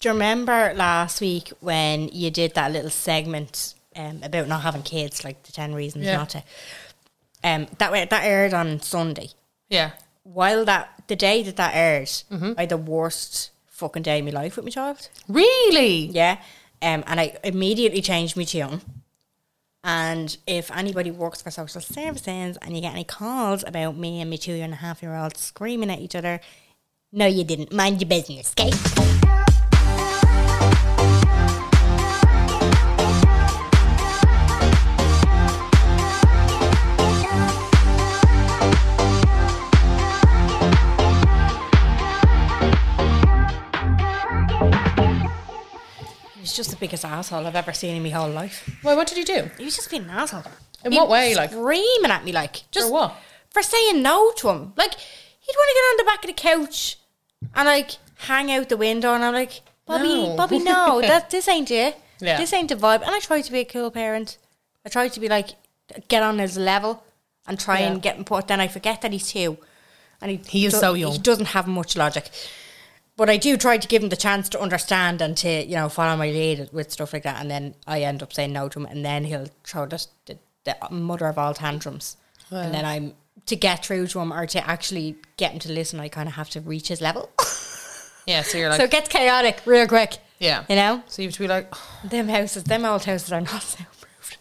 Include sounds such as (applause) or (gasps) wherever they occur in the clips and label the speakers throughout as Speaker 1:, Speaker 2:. Speaker 1: Do you remember last week when you did that little segment um, about not having kids, like the ten reasons
Speaker 2: Yeah.
Speaker 1: not to? Um, that went, that aired on Sunday.
Speaker 2: Yeah.
Speaker 1: While that the day that that aired, I had the worst fucking day of my life with my child.
Speaker 2: Really?
Speaker 1: Yeah, um, and I immediately changed my tune. And if anybody works for social services and you get any calls about me and my two and a half year old screaming at each other, no, you didn't. Mind your business, okay? He's just the biggest asshole I've ever seen in my whole life.
Speaker 2: Why? What did you do?
Speaker 1: He was just being an asshole.
Speaker 2: In
Speaker 1: He
Speaker 2: what
Speaker 1: was
Speaker 2: way? Like
Speaker 1: screaming at me, like just
Speaker 2: For what?
Speaker 1: For saying no to him. Like he'd want to get on the back of the couch and like hang out the window, and I'm like, Bobby,
Speaker 2: No.
Speaker 1: Bobby,
Speaker 2: (laughs)
Speaker 1: no, that this ain't it.
Speaker 2: Yeah.
Speaker 1: This ain't the vibe. And I tried to be a cool parent. I tried to be like get on his level and try
Speaker 2: Yeah.
Speaker 1: and get him put. Then I forget that he's two, and he
Speaker 2: He is
Speaker 1: do-
Speaker 2: so young.
Speaker 1: He doesn't have much logic. But I do try to give him the chance to understand and to you know follow my lead with stuff like that, and then I end up saying no to him, and then he'll throw this, the, the mother of all tantrums, and then I'm to get through to him or to actually get him to listen. I kind of have to reach his level, (laughs)
Speaker 2: yeah. So you're like,
Speaker 1: so it gets chaotic real quick.
Speaker 2: yeah.
Speaker 1: You know,
Speaker 2: So you have to be like, (sighs) oh,
Speaker 1: them houses, them old houses are not (laughs) soundproofed.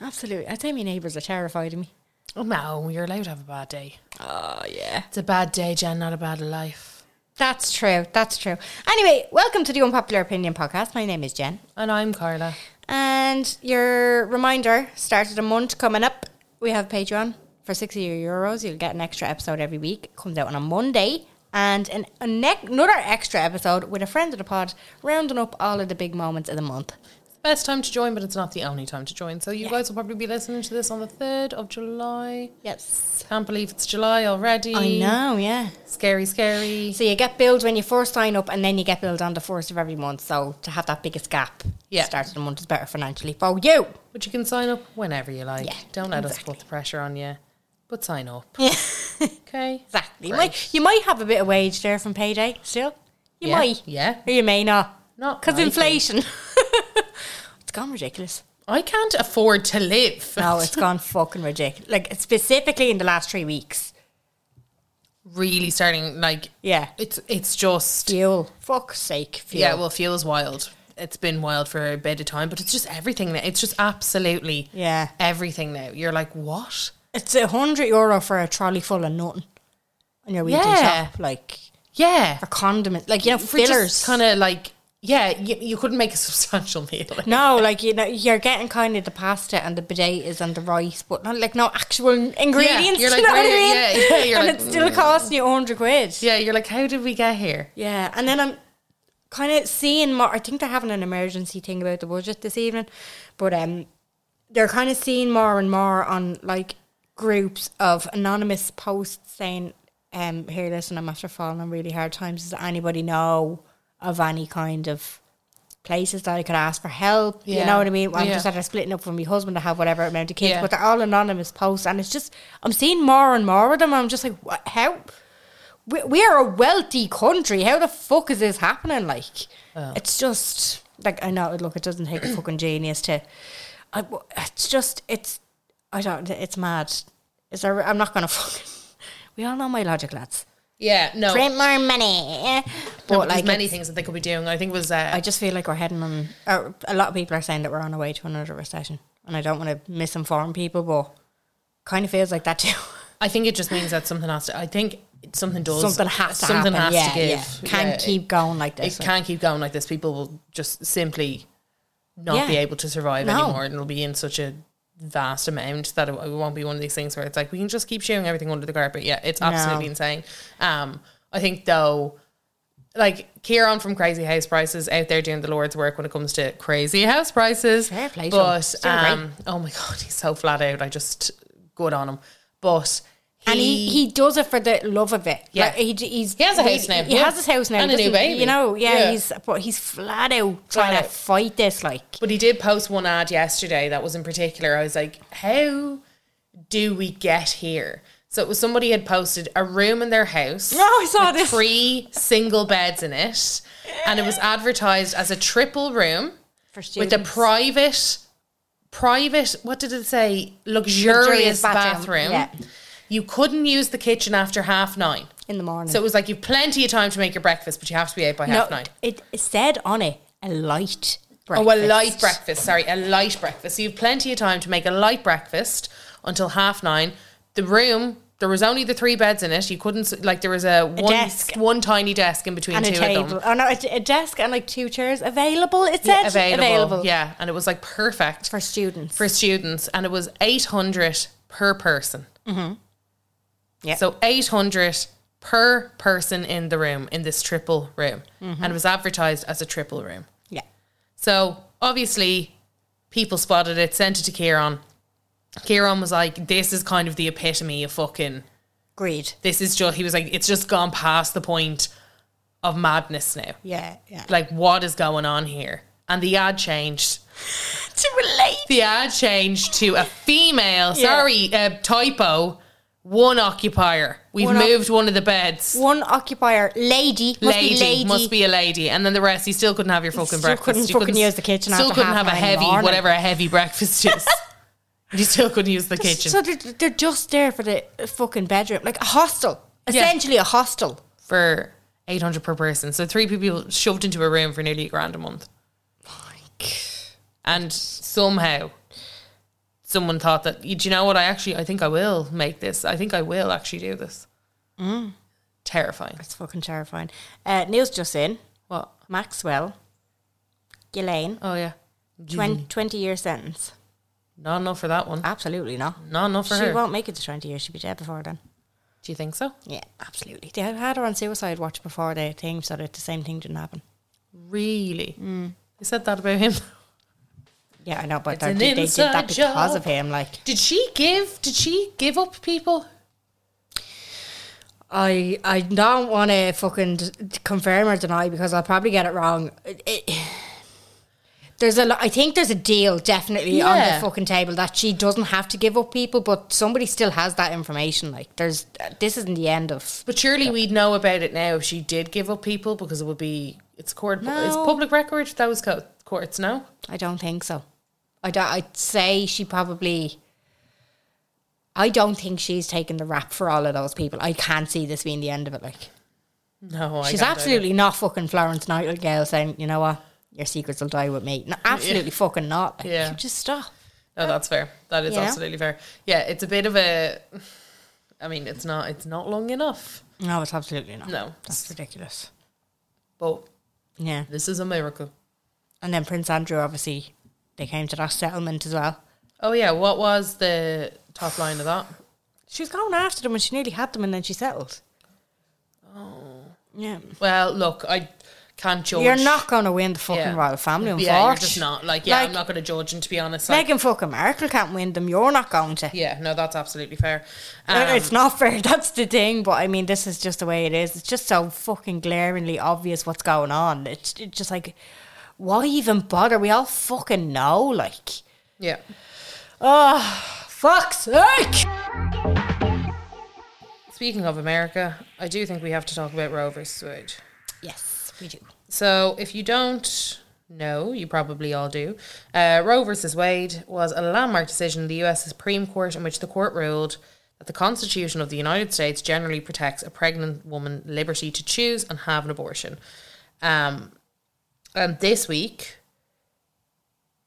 Speaker 1: Absolutely, I think my neighbours are terrified of me.
Speaker 2: Oh, no, you're allowed to have a bad day. Ah,
Speaker 1: Oh yeah.
Speaker 2: It's a bad day, Jen, not a bad life.
Speaker 1: That's true. That's true. Anyway, welcome to the Unpopular Opinion Podcast. My name is Jen.
Speaker 2: And I'm Carla.
Speaker 1: And your reminder started a month coming up. We have Patreon for 60 euros. You'll get an extra episode every week. It comes out on a Monday. And an, a nec- another extra episode with a friend of the pod, rounding up all of the big moments of the month.
Speaker 2: It's the best time to join, but it's not the only time to join. So you guys will probably be listening to this on the 3rd of July.
Speaker 1: Yes.
Speaker 2: Can't believe it's July already.
Speaker 1: I know, yeah.
Speaker 2: Scary, scary.
Speaker 1: So you get billed when you first sign up, and then you get billed on the first of every month. So to have that biggest gap,
Speaker 2: Yeah.
Speaker 1: start of the month is better financially for you.
Speaker 2: But you can sign up whenever you like.
Speaker 1: Yeah,
Speaker 2: Don't let
Speaker 1: exactly.
Speaker 2: us put the pressure on you. But sign up.
Speaker 1: Yeah.
Speaker 2: Okay.
Speaker 1: Exactly. You
Speaker 2: Great.
Speaker 1: might, you might have a bit of wage there from payday still. You
Speaker 2: Yeah,
Speaker 1: might.
Speaker 2: yeah.
Speaker 1: Or you may
Speaker 2: uh?
Speaker 1: not.
Speaker 2: Not
Speaker 1: Because
Speaker 2: likely.
Speaker 1: inflation.
Speaker 2: (laughs)
Speaker 1: it's gone ridiculous.
Speaker 2: I can't afford to live.
Speaker 1: No, it's gone fucking ridiculous. Like, specifically in the last three weeks.
Speaker 2: really starting like
Speaker 1: Yeah.
Speaker 2: it's it's just
Speaker 1: Fuel. Fuck's sake. Fuel.
Speaker 2: yeah. Well, feels wild. It's been wild for a bit of time, but it's just everything now. It's just absolutely
Speaker 1: Yeah.
Speaker 2: everything now. You're like what?
Speaker 1: It's a hundred euro for a trolley full of nothing on your weekly
Speaker 2: Yeah.
Speaker 1: shop. Like,
Speaker 2: Yeah,
Speaker 1: for condiments. Like, you know, fillers.
Speaker 2: Kind of like yeah. You, you couldn't make a (laughs) substantial meal.
Speaker 1: no, like you know, you're getting kind of the pasta and the potatoes and the rice, but not like no actual ingredients.
Speaker 2: you're
Speaker 1: (laughs) you
Speaker 2: like,
Speaker 1: know what I
Speaker 2: where-
Speaker 1: mean?
Speaker 2: yeah, yeah,
Speaker 1: (laughs)
Speaker 2: you're
Speaker 1: and
Speaker 2: like, "Mm."
Speaker 1: it's still costing you hundred quid.
Speaker 2: Yeah, you're like, how did we get here?
Speaker 1: Yeah, and then I'm kind of seeing more. I think they're having an emergency thing about the budget this evening, but um, they're kind of seeing more and more on like groups of anonymous posts saying, um, "Here, listen, I'm after falling on really hard times. Does anybody know of any kind of?" Places that I could ask for help, you
Speaker 2: Yeah.
Speaker 1: know what I mean. I'm
Speaker 2: Yeah.
Speaker 1: just after splitting up from my husband. I have whatever amount of kids,
Speaker 2: Yeah.
Speaker 1: but they're all anonymous posts, and it's just I'm seeing more and more of them. And I'm just like, what, how we, we are a wealthy country. How the fuck is this happening? Like,
Speaker 2: Oh.
Speaker 1: it's just like I know. Look, it doesn't take a fucking genius to. I, it's just it's I don't. It's mad. Is there? I'm not gonna fucking. We all know my logic, lads.
Speaker 2: Yeah, no.
Speaker 1: Print more money, but
Speaker 2: No,
Speaker 1: like
Speaker 2: but there's Oh. many
Speaker 1: it's-
Speaker 2: things that they could be doing. I think it was uh,
Speaker 1: I just feel like we're heading on. Uh, a lot of people are saying that we're on our way to another recession, and I don't want to misinform people, but kind of feels like that too. (laughs)
Speaker 2: I think it just means that something has to. I think something does
Speaker 1: Something has to
Speaker 2: something
Speaker 1: happen.
Speaker 2: has to
Speaker 1: Yeah,
Speaker 2: give.
Speaker 1: yeah. Can't keep
Speaker 2: it-
Speaker 1: going like this.
Speaker 2: It can't keep going like this. People will just simply not
Speaker 1: Yeah.
Speaker 2: be able to survive
Speaker 1: No.
Speaker 2: anymore, and it'll be in such a vast amount that it, it won't be one of these things where it's like we can just keep shooing everything under the carpet. Yeah, it's absolutely
Speaker 1: No.
Speaker 2: insane. Um, I think though. Like Kieran from Crazy House Prices out there doing the Lord's work when it comes to Crazy House Prices.
Speaker 1: Fair play to him.
Speaker 2: but
Speaker 1: Still right.
Speaker 2: um, oh my (laughs) god, he's so flat out. I just good on him. But
Speaker 1: and he, he does it for the love of it.
Speaker 2: Yeah.
Speaker 1: Like, he, j- he's,
Speaker 2: He has a house now,
Speaker 1: He
Speaker 2: yeah.
Speaker 1: has his house now.
Speaker 2: And a new
Speaker 1: doesn't he?
Speaker 2: baby.
Speaker 1: You know, yeah,
Speaker 2: Yeah.
Speaker 1: he's but he's flat out trying
Speaker 2: Flat
Speaker 1: to
Speaker 2: out.
Speaker 1: fight this. Like,
Speaker 2: But he did post one ad yesterday that was in particular. I was like, how do we get here? So it was somebody had posted a room in their house.
Speaker 1: Oh, I saw
Speaker 2: with
Speaker 1: this.
Speaker 2: Three single beds in it, and it was advertised as a triple room
Speaker 1: for
Speaker 2: with a
Speaker 1: students.
Speaker 2: private, private. What did it say? Luxurious,
Speaker 1: Luxurious
Speaker 2: bathroom.
Speaker 1: bathroom,
Speaker 2: You couldn't use the kitchen after half nine.
Speaker 1: in the morning.
Speaker 2: So it was like you've plenty of time to make your breakfast, but you have to be out by half nine.
Speaker 1: It, it said on it a light breakfast.
Speaker 2: Oh, a light breakfast. Sorry, a light breakfast. So you've plenty of time to make a light breakfast until half nine. The room. There was only the three beds in it. You couldn't s- like there was a one
Speaker 1: desk.
Speaker 2: one tiny desk in between
Speaker 1: and a
Speaker 2: two of
Speaker 1: table.
Speaker 2: them.
Speaker 1: Oh no, a, a desk and like two chairs available. It said
Speaker 2: Yeah, available.
Speaker 1: available.
Speaker 2: Yeah, and it was like perfect
Speaker 1: for students.
Speaker 2: for students, and it was eight hundred per person. Mm-hmm.
Speaker 1: Yeah.
Speaker 2: So eight hundred per person in the room in this triple room,
Speaker 1: Mm-hmm.
Speaker 2: and it was advertised as a triple room.
Speaker 1: yeah,
Speaker 2: So obviously, people spotted it, sent it to Kieran. Kieran was like, "This is kind of the epitome of fucking.
Speaker 1: agreed.
Speaker 2: This is just." He was like, "It's just gone past the point of madness now.
Speaker 1: Yeah, yeah.
Speaker 2: Like, what is going on here?" And the ad changed.
Speaker 1: to relate.
Speaker 2: The ad changed to a female.
Speaker 1: Yeah.
Speaker 2: Sorry, a typo. One occupier. We've
Speaker 1: One oc-
Speaker 2: moved one of the beds.
Speaker 1: One occupier, lady, must
Speaker 2: lady,
Speaker 1: be lady.
Speaker 2: must be a lady, and then the rest. You still couldn't have your fucking
Speaker 1: Still
Speaker 2: breakfast.
Speaker 1: couldn't
Speaker 2: You
Speaker 1: fucking use the kitchen
Speaker 2: Still
Speaker 1: after
Speaker 2: couldn't
Speaker 1: half
Speaker 2: have
Speaker 1: nine
Speaker 2: a
Speaker 1: in the
Speaker 2: heavy
Speaker 1: morning.
Speaker 2: whatever a
Speaker 1: (laughs)
Speaker 2: heavy breakfast is. you still couldn't use the kitchen
Speaker 1: So they're, they're just there for the fucking bedroom, like a hostel,
Speaker 2: Yeah.
Speaker 1: essentially a hostel.
Speaker 2: for eight hundred per person. So three people shoved into a room for nearly a grand a month, and somehow. Someone thought that, "You- do you know what? I actually, I think I will make this. I think I will actually do this.
Speaker 1: Mm.
Speaker 2: Terrifying.
Speaker 1: It's fucking terrifying. Uh, Neil's just in.
Speaker 2: What?
Speaker 1: Maxwell, Ghislaine,
Speaker 2: Oh, yeah.
Speaker 1: twen- 20 year sentence.
Speaker 2: Not enough for that one.
Speaker 1: Absolutely not.
Speaker 2: Not enough for
Speaker 1: Ah, she
Speaker 2: her.
Speaker 1: won't make it to 20 years. She'll be dead before then.
Speaker 2: Do you think so?
Speaker 1: Yeah, absolutely. They had- had her on suicide watch before the thing, so that the same thing didn't happen.
Speaker 2: Really?
Speaker 1: Mm.
Speaker 2: You said that about him. (laughs)
Speaker 1: Yeah, I know, but
Speaker 2: It's
Speaker 1: they,
Speaker 2: an
Speaker 1: they did that
Speaker 2: inside
Speaker 1: because
Speaker 2: job.
Speaker 1: of him. Like,
Speaker 2: Did she give? Did she give up people?
Speaker 1: I I don't want to fucking d- confirm or deny because I'll probably get it wrong. It, it, (sighs) there's a lo- I think there's a deal definitely on
Speaker 2: Yeah.
Speaker 1: the fucking table that she doesn't have to give up people, but somebody still has that information. Like there's this isn't the end of
Speaker 2: But surely we'd know about it now if she did give up people because it would be it's court it's
Speaker 1: No.
Speaker 2: public record that was co- courts no
Speaker 1: I don't think so. I don't, I'd say she probably. I don't think she's taken the rap for all of those people. I can't see this being the end of it. Like
Speaker 2: no I
Speaker 1: She's
Speaker 2: can't
Speaker 1: absolutely not fucking Florence Nightingale saying, you know what, your secrets will die with me. No, absolutely fucking not. Like,
Speaker 2: Yeah.
Speaker 1: you just stop.
Speaker 2: either. no oh, that's fair that is
Speaker 1: You know?
Speaker 2: absolutely fair yeah it's a bit of a (sighs) I mean it's not it's not long enough
Speaker 1: No, it's absolutely not.
Speaker 2: No.
Speaker 1: That's ridiculous.
Speaker 2: but
Speaker 1: Yeah.
Speaker 2: this is a miracle
Speaker 1: And then Prince Andrew, obviously, they came to that settlement as well.
Speaker 2: oh yeah what was the top line of that
Speaker 1: She was going after them and she nearly had them and then she settled. Oh. Yeah.
Speaker 2: well look I can't judge
Speaker 1: You're not going to win the fucking
Speaker 2: Yeah.
Speaker 1: royal family, unfortunately.
Speaker 2: yeah you're just not like yeah I'm
Speaker 1: Like-
Speaker 2: not going to judge and to be honest like,
Speaker 1: Meghan fucking Markle can't win them. You're not going to.
Speaker 2: yeah no that's absolutely fair Um,
Speaker 1: Uh, it's not fair. (laughs) That's the thing. But I mean, this is just the way it is. It's just so fucking glaringly obvious what's going on. It's, it's just like, why even bother? We all fucking know. Like,
Speaker 2: yeah
Speaker 1: oh, fuck's sake.
Speaker 2: speaking of America I do think we have to talk about Roe versus Wade.
Speaker 1: Yes, we do.
Speaker 2: So, if you don't know, you probably all do. Uh, Roe versus Wade was a landmark decision in the U.S. Supreme Court in which the court ruled that the Constitution of the United States generally protects a pregnant woman liberty to choose and have an abortion. Um, and this week,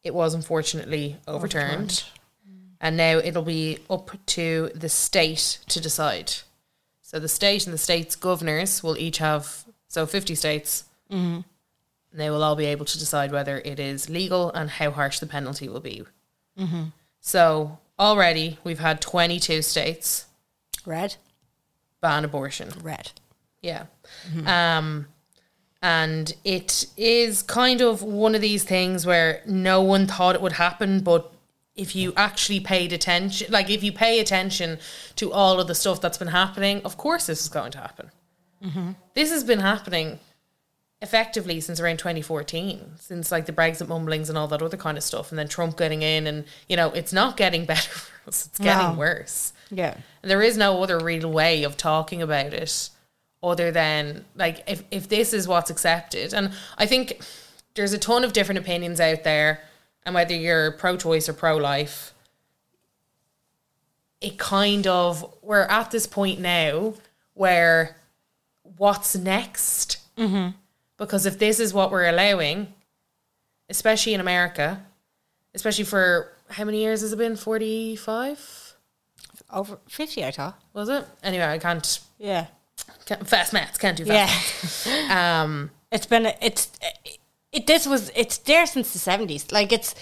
Speaker 2: it was unfortunately overturned, and now it'll be up to the state to decide. So the state and the state's governors will each have so fifty states. And they will all be able to decide whether it is legal and how harsh the penalty will be. So already we've had twenty-two states
Speaker 1: Red.
Speaker 2: ban abortion.
Speaker 1: Red.
Speaker 2: Yeah. Um, and it is kind of one of these things where no one thought it would happen, but if you actually paid attention, like if you pay attention to all of the stuff that's been happening, of course this is going to happen. This has been happening effectively since around 2014, since like the Brexit mumblings and all that other kind of stuff, and then Trump getting in, and you know, it's not getting (laughs) better for us, it's
Speaker 1: No.
Speaker 2: getting worse.
Speaker 1: Yeah.
Speaker 2: There is no other real way of talking about it other than like if, if this is what's accepted. And I think there's a ton of different opinions out there and whether you're pro choice or pro life, it kind of we're at this point now where what's next? Mm-hmm. Because if this is what we're allowing, especially in America, especially for how many years has it been? 45?
Speaker 1: Over 50, I thought.
Speaker 2: Was it? Anyway, I can't,
Speaker 1: Yeah.
Speaker 2: can't fast maths. Can't do
Speaker 1: Yeah.
Speaker 2: fast. Um,
Speaker 1: It's been a- it's it. This was it's there since the seventies. Like it's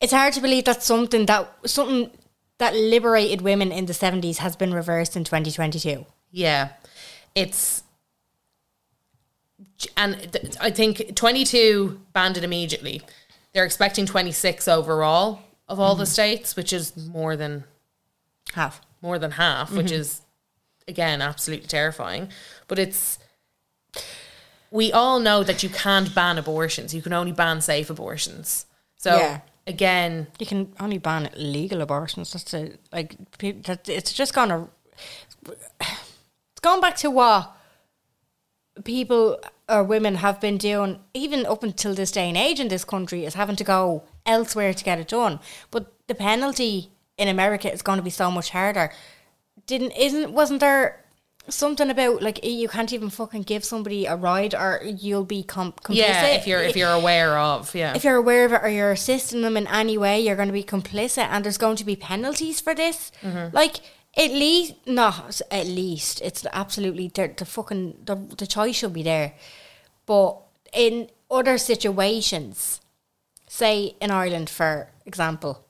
Speaker 1: it's hard to believe that something that something that liberated women in the seventies has been reversed in twenty twenty two.
Speaker 2: yeah, it's and th- I think twenty two banned it immediately. They're expecting twenty six overall of all
Speaker 1: Mm-hmm.
Speaker 2: the states, which is more than
Speaker 1: Have
Speaker 2: more than half, which
Speaker 1: Mm-hmm.
Speaker 2: is again absolutely terrifying. But it's we all know that you can't ban abortions. You can only ban safe abortions. So
Speaker 1: Yeah.
Speaker 2: again,
Speaker 1: you can only ban legal abortions. That's a, like peop- that it's just gonna it's gone back to what people or women have been doing even up until this day and age in this country is having to go elsewhere to get it done. But the penalty in America is going to be so much harder. Didn't isn't wasn't there something about like you can't even fucking give somebody a ride or you'll be com- complicit
Speaker 2: yeah, if you're if you're aware of yeah,
Speaker 1: if you're aware of it or you're assisting them in any way, you're going to be complicit, and there's going to be penalties for this. Like at least, not at least, it's absolutely the, the fucking the, the choice should be there. But in other situations, say in Ireland, for example,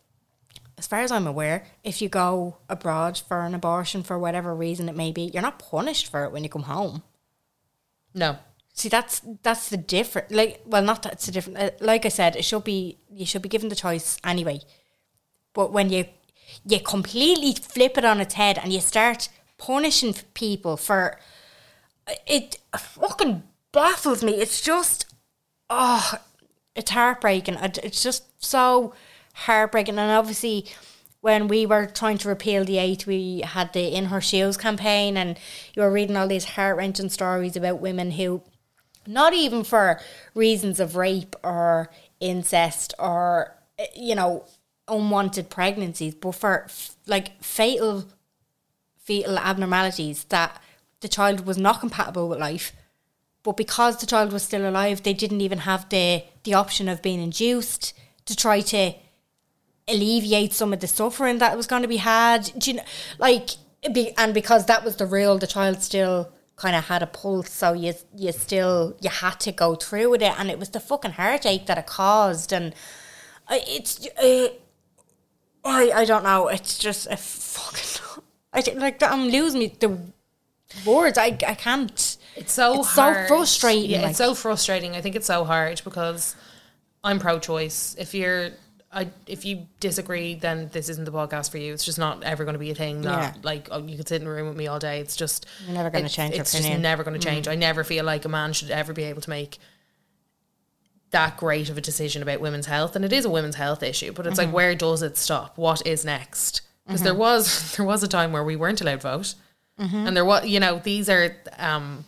Speaker 1: as far as I'm aware, if you go abroad for an abortion for whatever reason it may be, you're not punished for it when you come home.
Speaker 2: no.
Speaker 1: See, that's that's the different. Like, well, not that's the different. uh, Like I said, it should be you should be given the choice anyway. But when you you completely flip it on its head and you start punishing f- people for it, fucking baffles me. It's just oh, it's heartbreaking. It- It's just so heartbreaking. And obviously, when we were trying to repeal the eight, we had the In Her Shoes campaign, and you were reading all these heart wrenching stories about women who, not even for reasons of rape or incest or, eh, you know, unwanted pregnancies, but for f- like fatal fetal abnormalities that the child was not compatible with life but because the child was still alive, they didn't even have the the option of being induced to try to alleviate some of the suffering that was going to be had. Do you know, like, be, and because that was the rule, the child still kind of had a pulse, so you you still you had to go through with it, and it was the fucking heartache that it caused, and I- it's uh, I I don't know, it's just a fucking I think, like I'm losing me the words. I I can't.
Speaker 2: It's so
Speaker 1: It's so
Speaker 2: hard.
Speaker 1: frustrating,
Speaker 2: Yeah,
Speaker 1: like-
Speaker 2: it's so frustrating. I think it's so hard because I'm pro-choice. If you're, I if you disagree, then this isn't the podcast for you. It's just not ever going to be a thing. Not
Speaker 1: Yeah.
Speaker 2: like oh, you could sit in a room with me all day. It's just
Speaker 1: You're never gonna
Speaker 2: it's-
Speaker 1: change your
Speaker 2: It's just
Speaker 1: opinion. Mm.
Speaker 2: never going to change. I never feel like a man should ever be able to make that great of a decision about women's health, and it is a women's health issue. But it's
Speaker 1: Mm-hmm.
Speaker 2: like, where does it stop? What is next? Because there was (laughs) there was a time where we weren't allowed to vote,
Speaker 1: Mm-hmm.
Speaker 2: and there was you know these are um,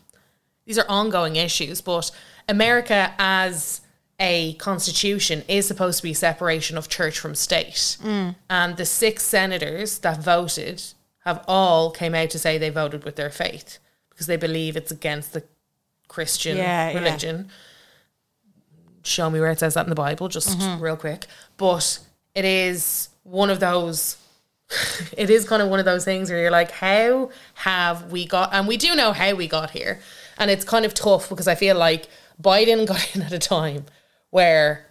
Speaker 2: these are ongoing issues. But America as a constitution is supposed to be separation of church from state,
Speaker 1: Mm.
Speaker 2: and the six senators that voted have all came out to say they voted with their faith because they believe it's against the Christian
Speaker 1: Yeah, yeah.
Speaker 2: religion show me where
Speaker 1: Mm-hmm.
Speaker 2: it says that in the Bible, just real quick. But it is one of those (laughs) it is kind of one of those things where you're like, how have we got? And we do know how we got here, and it's kind of tough because I feel like Biden (laughs) got in at a time where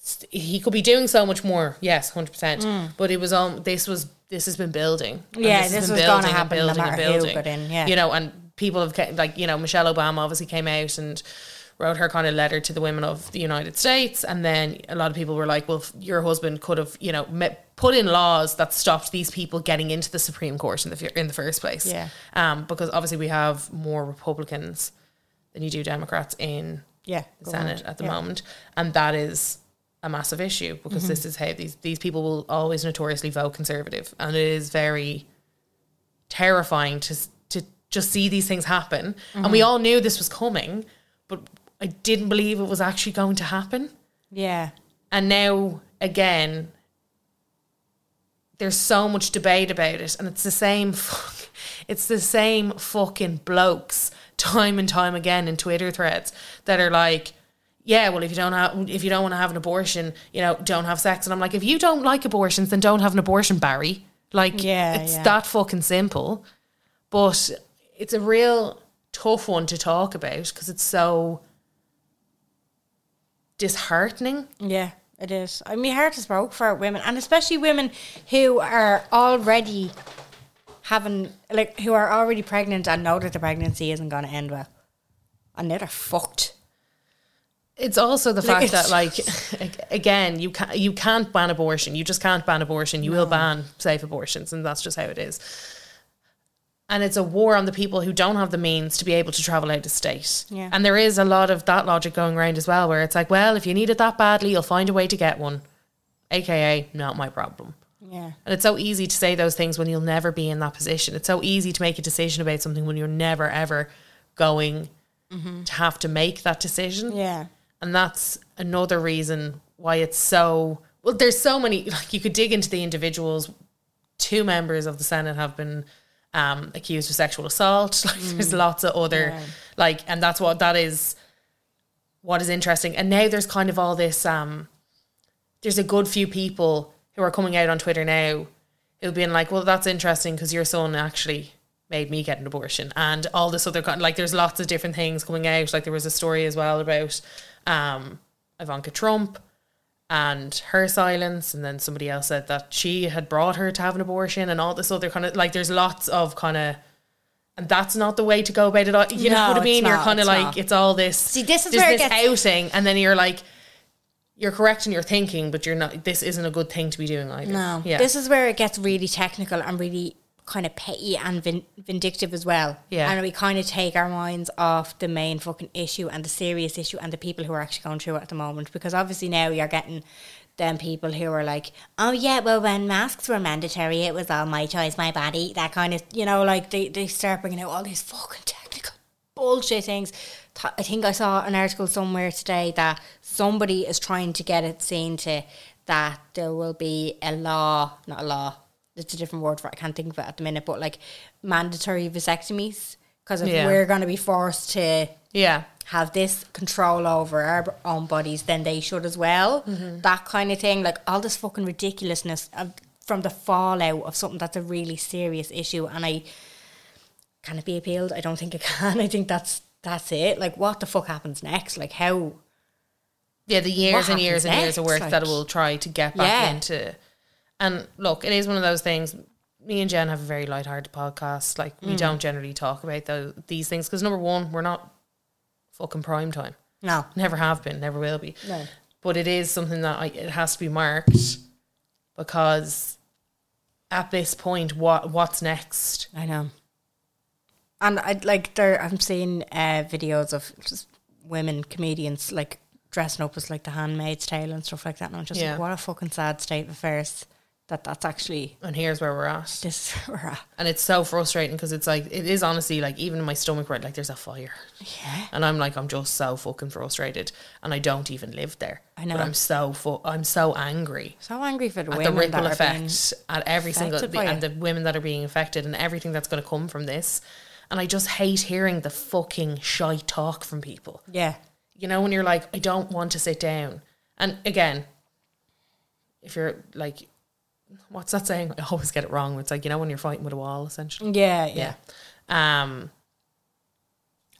Speaker 2: st- he could be doing so much more. Yes, hundred percent. But it was on. This was this has been building. and
Speaker 1: Mm. Yeah,
Speaker 2: has
Speaker 1: this
Speaker 2: been
Speaker 1: was gonna
Speaker 2: building and
Speaker 1: happen no
Speaker 2: building and
Speaker 1: matter who
Speaker 2: building.
Speaker 1: got in, yeah.
Speaker 2: you know, and people have ca- like you know Michelle Obama obviously came out and wrote her kind of letter to the women of the United States, and then a lot of people were like, "Well, f- your husband could have you know me- put in laws that stopped these people getting into the Supreme Court in the fir- in the first place."
Speaker 1: Yeah.
Speaker 2: um, because obviously we have more Republicans than you do Democrats in
Speaker 1: Yeah,
Speaker 2: the
Speaker 1: go
Speaker 2: Senate
Speaker 1: on.
Speaker 2: at the
Speaker 1: Yeah.
Speaker 2: moment, and that is a massive issue because
Speaker 1: Mm-hmm.
Speaker 2: this is how these these people will always notoriously vote conservative, and it is very terrifying to s- to just see these things happen. And
Speaker 1: Mm-hmm.
Speaker 2: we all knew this was coming, but I didn't believe it was actually going to happen.
Speaker 1: Yeah.
Speaker 2: And now again, there's so much debate about it, and it's the same. (laughs) Fuck, it's the same fucking blokes time and time again in Twitter threads that are like. Yeah, well, if you don't have, if you don't want to have an abortion, you know, don't have sex. And I'm like, if you don't like abortions, then don't have an abortion, Barry. Like,
Speaker 1: Yeah,
Speaker 2: it's
Speaker 1: yeah.
Speaker 2: that fucking simple. But it's a real tough one to talk about because it's so disheartening.
Speaker 1: Yeah, it is. I mean, heart is broke for women, and especially women who are already having, like, who are already pregnant and know that the pregnancy isn't going to end well. And they're fucked.
Speaker 2: It's also the
Speaker 1: Like,
Speaker 2: fact that, like, (laughs) ag- again, you can't you can't ban abortion. You just can't ban abortion. You will ban safe abortions, and that's just how it is. And it's a war on the people who don't have the means to be able to travel out of state.
Speaker 1: Yeah.
Speaker 2: And there is a lot of that logic going around as well, where it's like, well, if you need it that badly, you'll find a way to get one, aka not my problem.
Speaker 1: Yeah.
Speaker 2: And it's so easy to say those things when you'll never be in that position. It's so easy to make a decision about something when you're never ever going to have to make that decision.
Speaker 1: Yeah.
Speaker 2: And that's another reason why it's so well, there's so many like you could dig into the individuals. Two members of the Senate have been um, accused of sexual assault. (laughs) Like there's lots of other like and that's what that is what is interesting. And now there's kind of all this um there's a good few people who are coming out on Twitter now who've been like, Well, that's interesting because your son actually made me get an abortion and all this other kind like there's lots of different things coming out. Like there was a story as well about um Ivanka Trump and her silence and then somebody else said that she had brought her to have an abortion and all this other kind of like there's lots of kind of and that's not the way to go about it. all- You know
Speaker 1: No,
Speaker 2: what I
Speaker 1: it's
Speaker 2: mean? You're
Speaker 1: not,
Speaker 2: kind of
Speaker 1: it's
Speaker 2: like
Speaker 1: not.
Speaker 2: it's all this.
Speaker 1: See, this is
Speaker 2: there's
Speaker 1: where it
Speaker 2: this
Speaker 1: gets-
Speaker 2: outing, and then you're like, you're correct in your thinking, but you're not. This isn't a good thing to be doing either.
Speaker 1: No.
Speaker 2: yeah,
Speaker 1: This is where it gets really technical and really kind of petty and vin- vindictive as well.
Speaker 2: Yeah.
Speaker 1: And we kind of take our minds off the main fucking issue and the serious issue and the people who are actually going through it at the moment. Because obviously now you're getting them people who are like, oh yeah, well when masks were mandatory, it was all my choice, my body, that kind of, you know, like they, they start bringing out all these fucking technical bullshit things. Th- I think I saw an article somewhere today that somebody is trying to get it seen to that there will be a law, not a law. It's a different word for it. I can't think of it at the minute, but like mandatory vasectomies because if
Speaker 2: Yeah.
Speaker 1: we're going to be forced to
Speaker 2: yeah,
Speaker 1: have this control over our own bodies, then they should as well. That kind of thing, like all this fucking ridiculousness of, from the fallout of something that's a really serious issue. And I can it be appealed? I don't think it (laughs) can. I think that's that's it. Like, what the fuck happens next? Like, how?
Speaker 2: yeah. The years
Speaker 1: What
Speaker 2: and years and
Speaker 1: happens
Speaker 2: years of work
Speaker 1: next?
Speaker 2: that
Speaker 1: Like-
Speaker 2: will try to get back
Speaker 1: Yeah.
Speaker 2: into. And look, it is one of those things. Me and Jen have a very light-hearted podcast. Like
Speaker 1: Mm.
Speaker 2: we don't generally talk about those, these things because number one, we're not fucking prime time.
Speaker 1: No,
Speaker 2: Never have been, never will be.
Speaker 1: No.
Speaker 2: But it is something that I, it has to be marked because at this point, what what's next?
Speaker 1: I know. And I like there. I'm seeing uh, videos of just women comedians like dressing up as like the Handmaid's Tale and stuff like that. And I'm just
Speaker 2: Yeah.
Speaker 1: like, what a fucking sad state of affairs. That that's actually (laughs)
Speaker 2: And here's where we're at.
Speaker 1: this is where we're at.
Speaker 2: And it's so frustrating because it's like it is honestly like even in my stomach right like there's a fire. Yeah. And I'm like I'm just so fucking frustrated and I don't even live there.
Speaker 1: I know.
Speaker 2: But I'm so fu- I'm so angry.
Speaker 1: So angry for the
Speaker 2: at the
Speaker 1: women
Speaker 2: ripple
Speaker 1: that are being-
Speaker 2: effect at every single
Speaker 1: affected by
Speaker 2: and the
Speaker 1: it.
Speaker 2: women that are being affected and everything that's going to come from this and i just hate hearing the fucking shy talk from people
Speaker 1: yeah,
Speaker 2: you know when you're like i don't want to sit down and again if you're like what's that saying? I always get it wrong. It's like you know when you're fighting with a wall, essentially.
Speaker 1: Yeah, yeah.
Speaker 2: Um,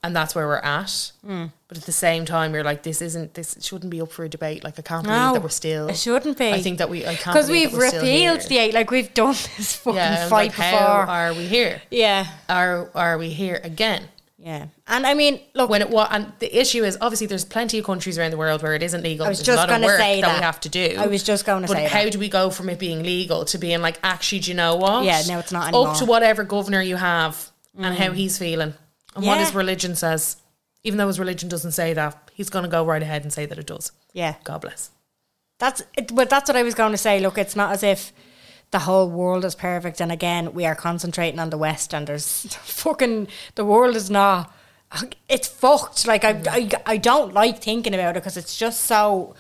Speaker 2: and that's where we're at.
Speaker 1: Hmm.
Speaker 2: But at the same time, you're like, this isn't this shouldn't be up for a debate. Like I can't believe that we're still.
Speaker 1: It shouldn't be.
Speaker 2: I think that we. I can't
Speaker 1: because
Speaker 2: believe
Speaker 1: we've
Speaker 2: that we're still
Speaker 1: repealed
Speaker 2: here.
Speaker 1: the eight. Like we've done (laughs) this fucking
Speaker 2: yeah, and
Speaker 1: fight
Speaker 2: like, How
Speaker 1: before.
Speaker 2: are we here?
Speaker 1: yeah,
Speaker 2: Are are we here again?
Speaker 1: yeah. And I mean, look,
Speaker 2: When it was, and the issue is obviously there's plenty of countries around the world where it isn't legal.
Speaker 1: I was
Speaker 2: There's
Speaker 1: just
Speaker 2: a lot of
Speaker 1: gonna
Speaker 2: work
Speaker 1: say
Speaker 2: we
Speaker 1: that.
Speaker 2: have to do.
Speaker 1: I was just gonna
Speaker 2: but
Speaker 1: say
Speaker 2: how
Speaker 1: that.
Speaker 2: do we go from it being legal to being like, actually, do you know what?
Speaker 1: Yeah, no, it's not
Speaker 2: Up
Speaker 1: anymore. Mm.
Speaker 2: to whatever governor you have and how he's feeling and what
Speaker 1: Yeah.
Speaker 2: his religion says. Even though his religion doesn't say that, he's going to go right ahead and say that it does.
Speaker 1: yeah.
Speaker 2: God bless.
Speaker 1: That's it, but that's what I was going to say. Look, it's not as if the whole world is perfect, and again, we are concentrating on the West, and there's (laughs) fucking the world is not. It's fucked. Like I, I, I don't like thinking about it because it's just so.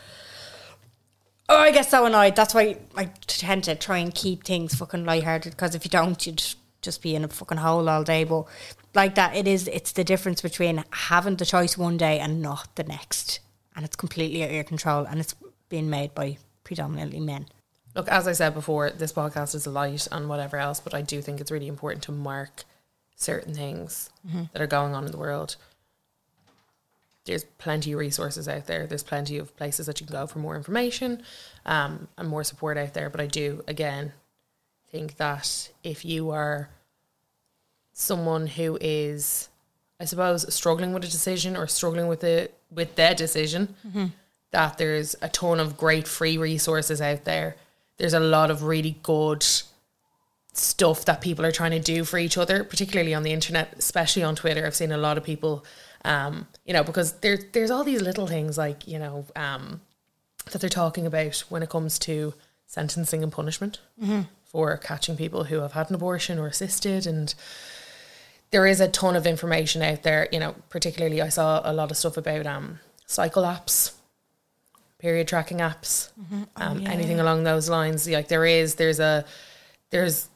Speaker 1: Oh, I get so annoyed. That's why I tend to try and keep things fucking lighthearted because if you don't, you'd just be in a fucking hole all day. But like that, it is. It's the difference between having the choice one day and not the next, and it's completely out of your control, and it's being made by predominantly men.
Speaker 2: Look, as I said before, this podcast is a light and whatever else, but I do think it's really important to mark certain things that are going on in the world. There's plenty of resources out there. There's plenty of places that you can go for more information um, and more support out there. But I do, again, think that if you are someone who is, I suppose, struggling with a decision or struggling with a with their decision, that there's a ton of great free resources out there. There's a lot of really good stuff that people are trying to do for each other, particularly on the internet, especially on Twitter. I've seen a lot of people, um, you know, because there, there's all these little things like, you know, um, that they're talking about when it comes to sentencing and punishment for catching people who have had an abortion or assisted and there is a ton of information out there you know particularly i saw a lot of stuff about um cycle apps period tracking apps um, anything along those lines like there is there's a there's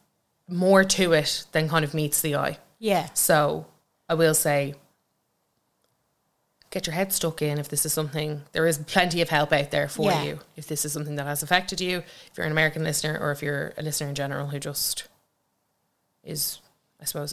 Speaker 2: more to it than kind of meets the eye
Speaker 1: Yeah.
Speaker 2: so I will say, get your head stuck in if this is something, there is plenty of help out there for
Speaker 1: Yeah.
Speaker 2: you. If this is something that has affected you, if you're an American listener or if you're a listener in general who just is, I suppose,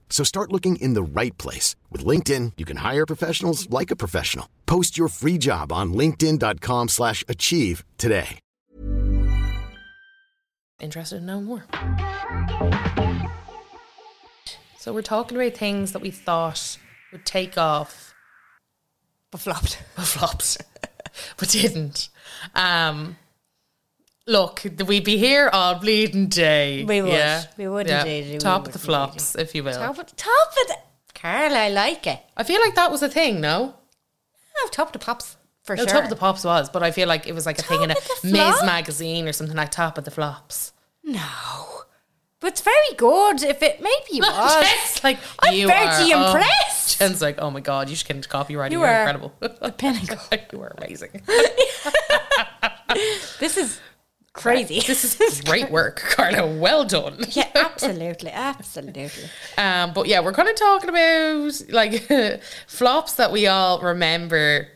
Speaker 3: So start looking in the right place. With LinkedIn, you can hire professionals like a professional. Post your free job on linkedin.com/achieve slash achieve today.
Speaker 2: interested in knowing more. So we're talking about things that we thought would take off (laughs)
Speaker 1: But flopped.
Speaker 2: but flopped, (laughs) but didn't. Um, look, th- we'd be here all bleeding day.
Speaker 1: We would. We would indeed. We
Speaker 2: Top
Speaker 1: would
Speaker 2: of the
Speaker 1: indeed.
Speaker 2: flops, if you will.
Speaker 1: Top of, top of the. Carl, I like it.
Speaker 2: I feel like that was a thing, no?
Speaker 1: Oh, top of the pops for
Speaker 2: no,
Speaker 1: sure.
Speaker 2: Top of the Pops was, but I feel like it was like a thing in a
Speaker 1: Top of the
Speaker 2: Ms.
Speaker 1: Flop?
Speaker 2: magazine or something like Top of the Flops.
Speaker 1: No. But it's very good. If it maybe (laughs) it was.
Speaker 2: Jen's like,
Speaker 1: I'm
Speaker 2: you
Speaker 1: very
Speaker 2: are- oh.
Speaker 1: impressed.
Speaker 2: Jen's like, oh my god, you should get into copyright.
Speaker 1: You
Speaker 2: You are
Speaker 1: are
Speaker 2: incredible.
Speaker 1: the pinnacle.
Speaker 2: (laughs) you are amazing.
Speaker 1: This is crazy. (laughs)
Speaker 2: This is great work, (laughs) Carla. Well done.
Speaker 1: yeah, absolutely, absolutely.
Speaker 2: Um, but yeah, we're kind of talking about like (laughs) flops that we all remember.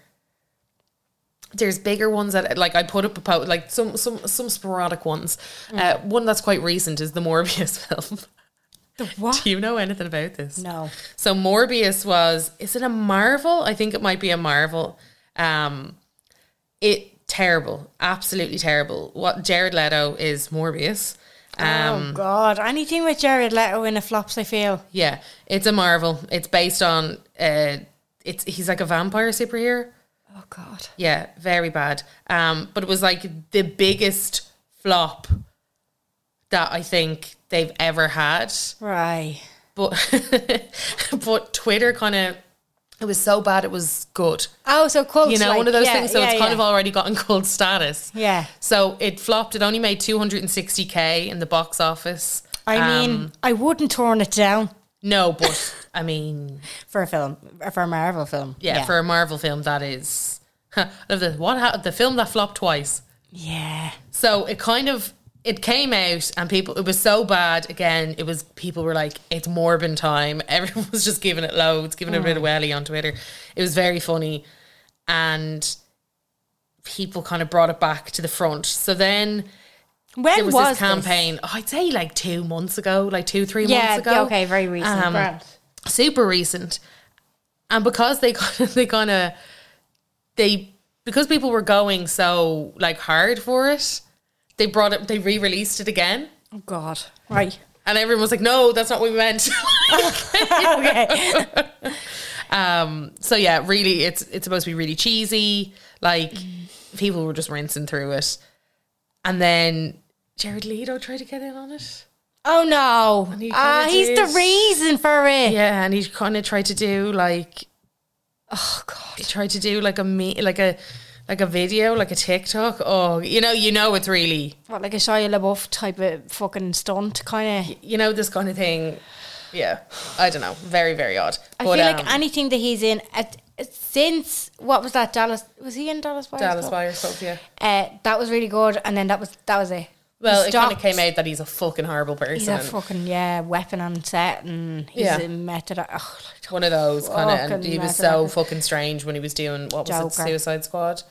Speaker 2: There's bigger ones that like I put up a po like some some some sporadic ones. Uh, one that's quite recent is the Morbius (laughs) film.
Speaker 1: The what?
Speaker 2: Do you know anything about this?
Speaker 1: No.
Speaker 2: So Morbius was is it a Marvel? I think it might be a Marvel. Um it terrible, absolutely terrible. What Jared Leto is Morbius
Speaker 1: oh God! Anything with Jared Leto in a flops, I feel.
Speaker 2: Yeah, it's a marvel. It's based on uh, it's he's like a vampire superhero.
Speaker 1: Oh God!
Speaker 2: Yeah, very bad. Um, but it was like the biggest flop that I think they've ever had.
Speaker 1: Right.
Speaker 2: But (laughs) but Twitter kind of it was so bad it was good.
Speaker 1: Oh, so quotes.
Speaker 2: You know,
Speaker 1: like,
Speaker 2: one of those
Speaker 1: yeah,
Speaker 2: things. So
Speaker 1: yeah,
Speaker 2: it's kind
Speaker 1: yeah.
Speaker 2: of already gotten (laughs) cult status.
Speaker 1: Yeah.
Speaker 2: So it flopped. It only made 260k in the box office.
Speaker 1: I mean, I wouldn't turn it down
Speaker 2: No, but I mean,
Speaker 1: for a film, for a Marvel film.
Speaker 2: yeah, for a Marvel film, that is. I love the what ha- the film that flopped twice.
Speaker 1: yeah.
Speaker 2: So it kind of it came out and people it was so bad again. It was people were like it's Morbin time. (laughs) Everyone was just giving it loads, giving it a
Speaker 1: Mm.
Speaker 2: bit of welly on Twitter. It was very funny, and people kind of brought it back to the front. So then
Speaker 1: When
Speaker 2: there was,
Speaker 1: was
Speaker 2: this campaign. oh, I'd say like two months ago, like two three
Speaker 1: Yeah,
Speaker 2: months ago.
Speaker 1: yeah, okay, very recent.
Speaker 2: Um,
Speaker 1: Grand.
Speaker 2: super recent, and because they (laughs) kind of they kind of they because people were going so like hard for it, they brought it. They re released it again,
Speaker 1: Oh God!
Speaker 2: (laughs)
Speaker 1: Right.
Speaker 2: and everyone was like, "No, that's not what we meant." (laughs)
Speaker 1: okay.
Speaker 2: Um, so yeah, really, it's it's supposed to be really cheesy. Like
Speaker 1: Mm.
Speaker 2: people were just rinsing through it, and then Jared Leto tried to get in on it.
Speaker 1: Oh no!
Speaker 2: And he kinda
Speaker 1: Ah, he's
Speaker 2: did.
Speaker 1: the reason for it.
Speaker 2: Yeah, and he kind of tried to do like, oh god, he tried to do like a me like a like a video like a TikTok. Oh, you know, you know, it's really
Speaker 1: What, like a Shia LaBeouf type of fucking stunt, kind of.
Speaker 2: you know this kind of thing. Yeah, I don't know, very very odd.
Speaker 1: I
Speaker 2: But,
Speaker 1: feel like
Speaker 2: um,
Speaker 1: anything that he's in at, since what was that Dallas? Was he in Dallas Buyers
Speaker 2: Dallas
Speaker 1: Club?
Speaker 2: Buyers Club, yeah.
Speaker 1: Uh, that was really good, and then that was that was it.
Speaker 2: Well,
Speaker 1: He
Speaker 2: it kind of
Speaker 1: stopped.
Speaker 2: came out that he's a fucking horrible person.
Speaker 1: He's a fucking yeah weapon on set, and he's
Speaker 2: Yeah.
Speaker 1: a method. Oh,
Speaker 2: one of those kind of, and
Speaker 1: Fucking
Speaker 2: he was
Speaker 1: method
Speaker 2: so
Speaker 1: actor.
Speaker 2: fucking strange when he was doing what was
Speaker 1: Joker.
Speaker 2: it, Suicide Squad.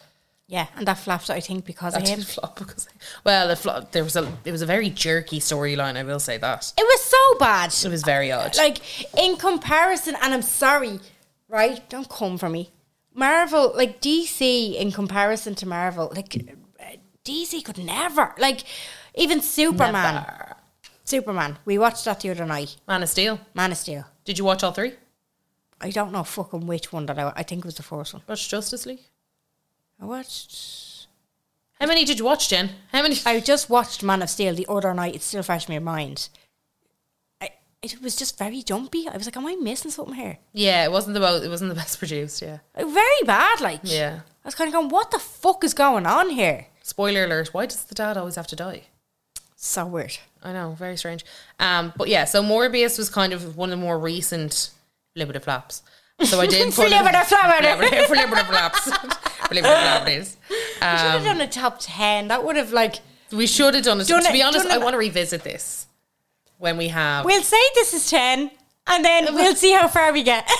Speaker 1: yeah, and that flapped. I think because
Speaker 2: That
Speaker 1: of him.
Speaker 2: did flop because, well, it flop, there was a it was a very jerky storyline. I will say that
Speaker 1: It was so bad.
Speaker 2: it was very odd.
Speaker 1: like in comparison and i'm sorry right don't come for me marvel like dc in comparison to marvel like uh, dc could never like even superman superman we watched that the other night
Speaker 2: Man of Steel.
Speaker 1: man of steel
Speaker 2: Did you watch all three?
Speaker 1: i don't know fucking which one that i i think it was the first one
Speaker 2: Watch Justice League.
Speaker 1: i watched
Speaker 2: How many did you watch, Jen? How many?
Speaker 1: i just watched man of steel the other night it's still fresh in my mind I, it was just very jumpy i was like am i missing something here
Speaker 2: yeah, it wasn't the most, it wasn't the (laughs) best produced. Yeah,
Speaker 1: Like, very bad like
Speaker 2: yeah.
Speaker 1: I was kind of going, what the fuck is going on here?
Speaker 2: Spoiler alert: Why does the dad always have to die?
Speaker 1: So weird.
Speaker 2: I know, very strange. Um, but yeah, so Morbius was kind of one of the more recent Liberty Flaps. So
Speaker 1: (laughs)
Speaker 2: I did put
Speaker 1: Flibber the flabber.
Speaker 2: Flibber- Flibber the Flaps. (laughs) Flibber the Flappies.
Speaker 1: (laughs) we should have
Speaker 2: Um,
Speaker 1: done a top 10. That would have, like,
Speaker 2: We should have done it.
Speaker 1: Done
Speaker 2: to
Speaker 1: it-
Speaker 2: be honest,
Speaker 1: done it-
Speaker 2: I want to revisit this when we have.
Speaker 1: we'll say this is 10, and
Speaker 2: (laughs)
Speaker 1: then we'll see how far we get. (laughs)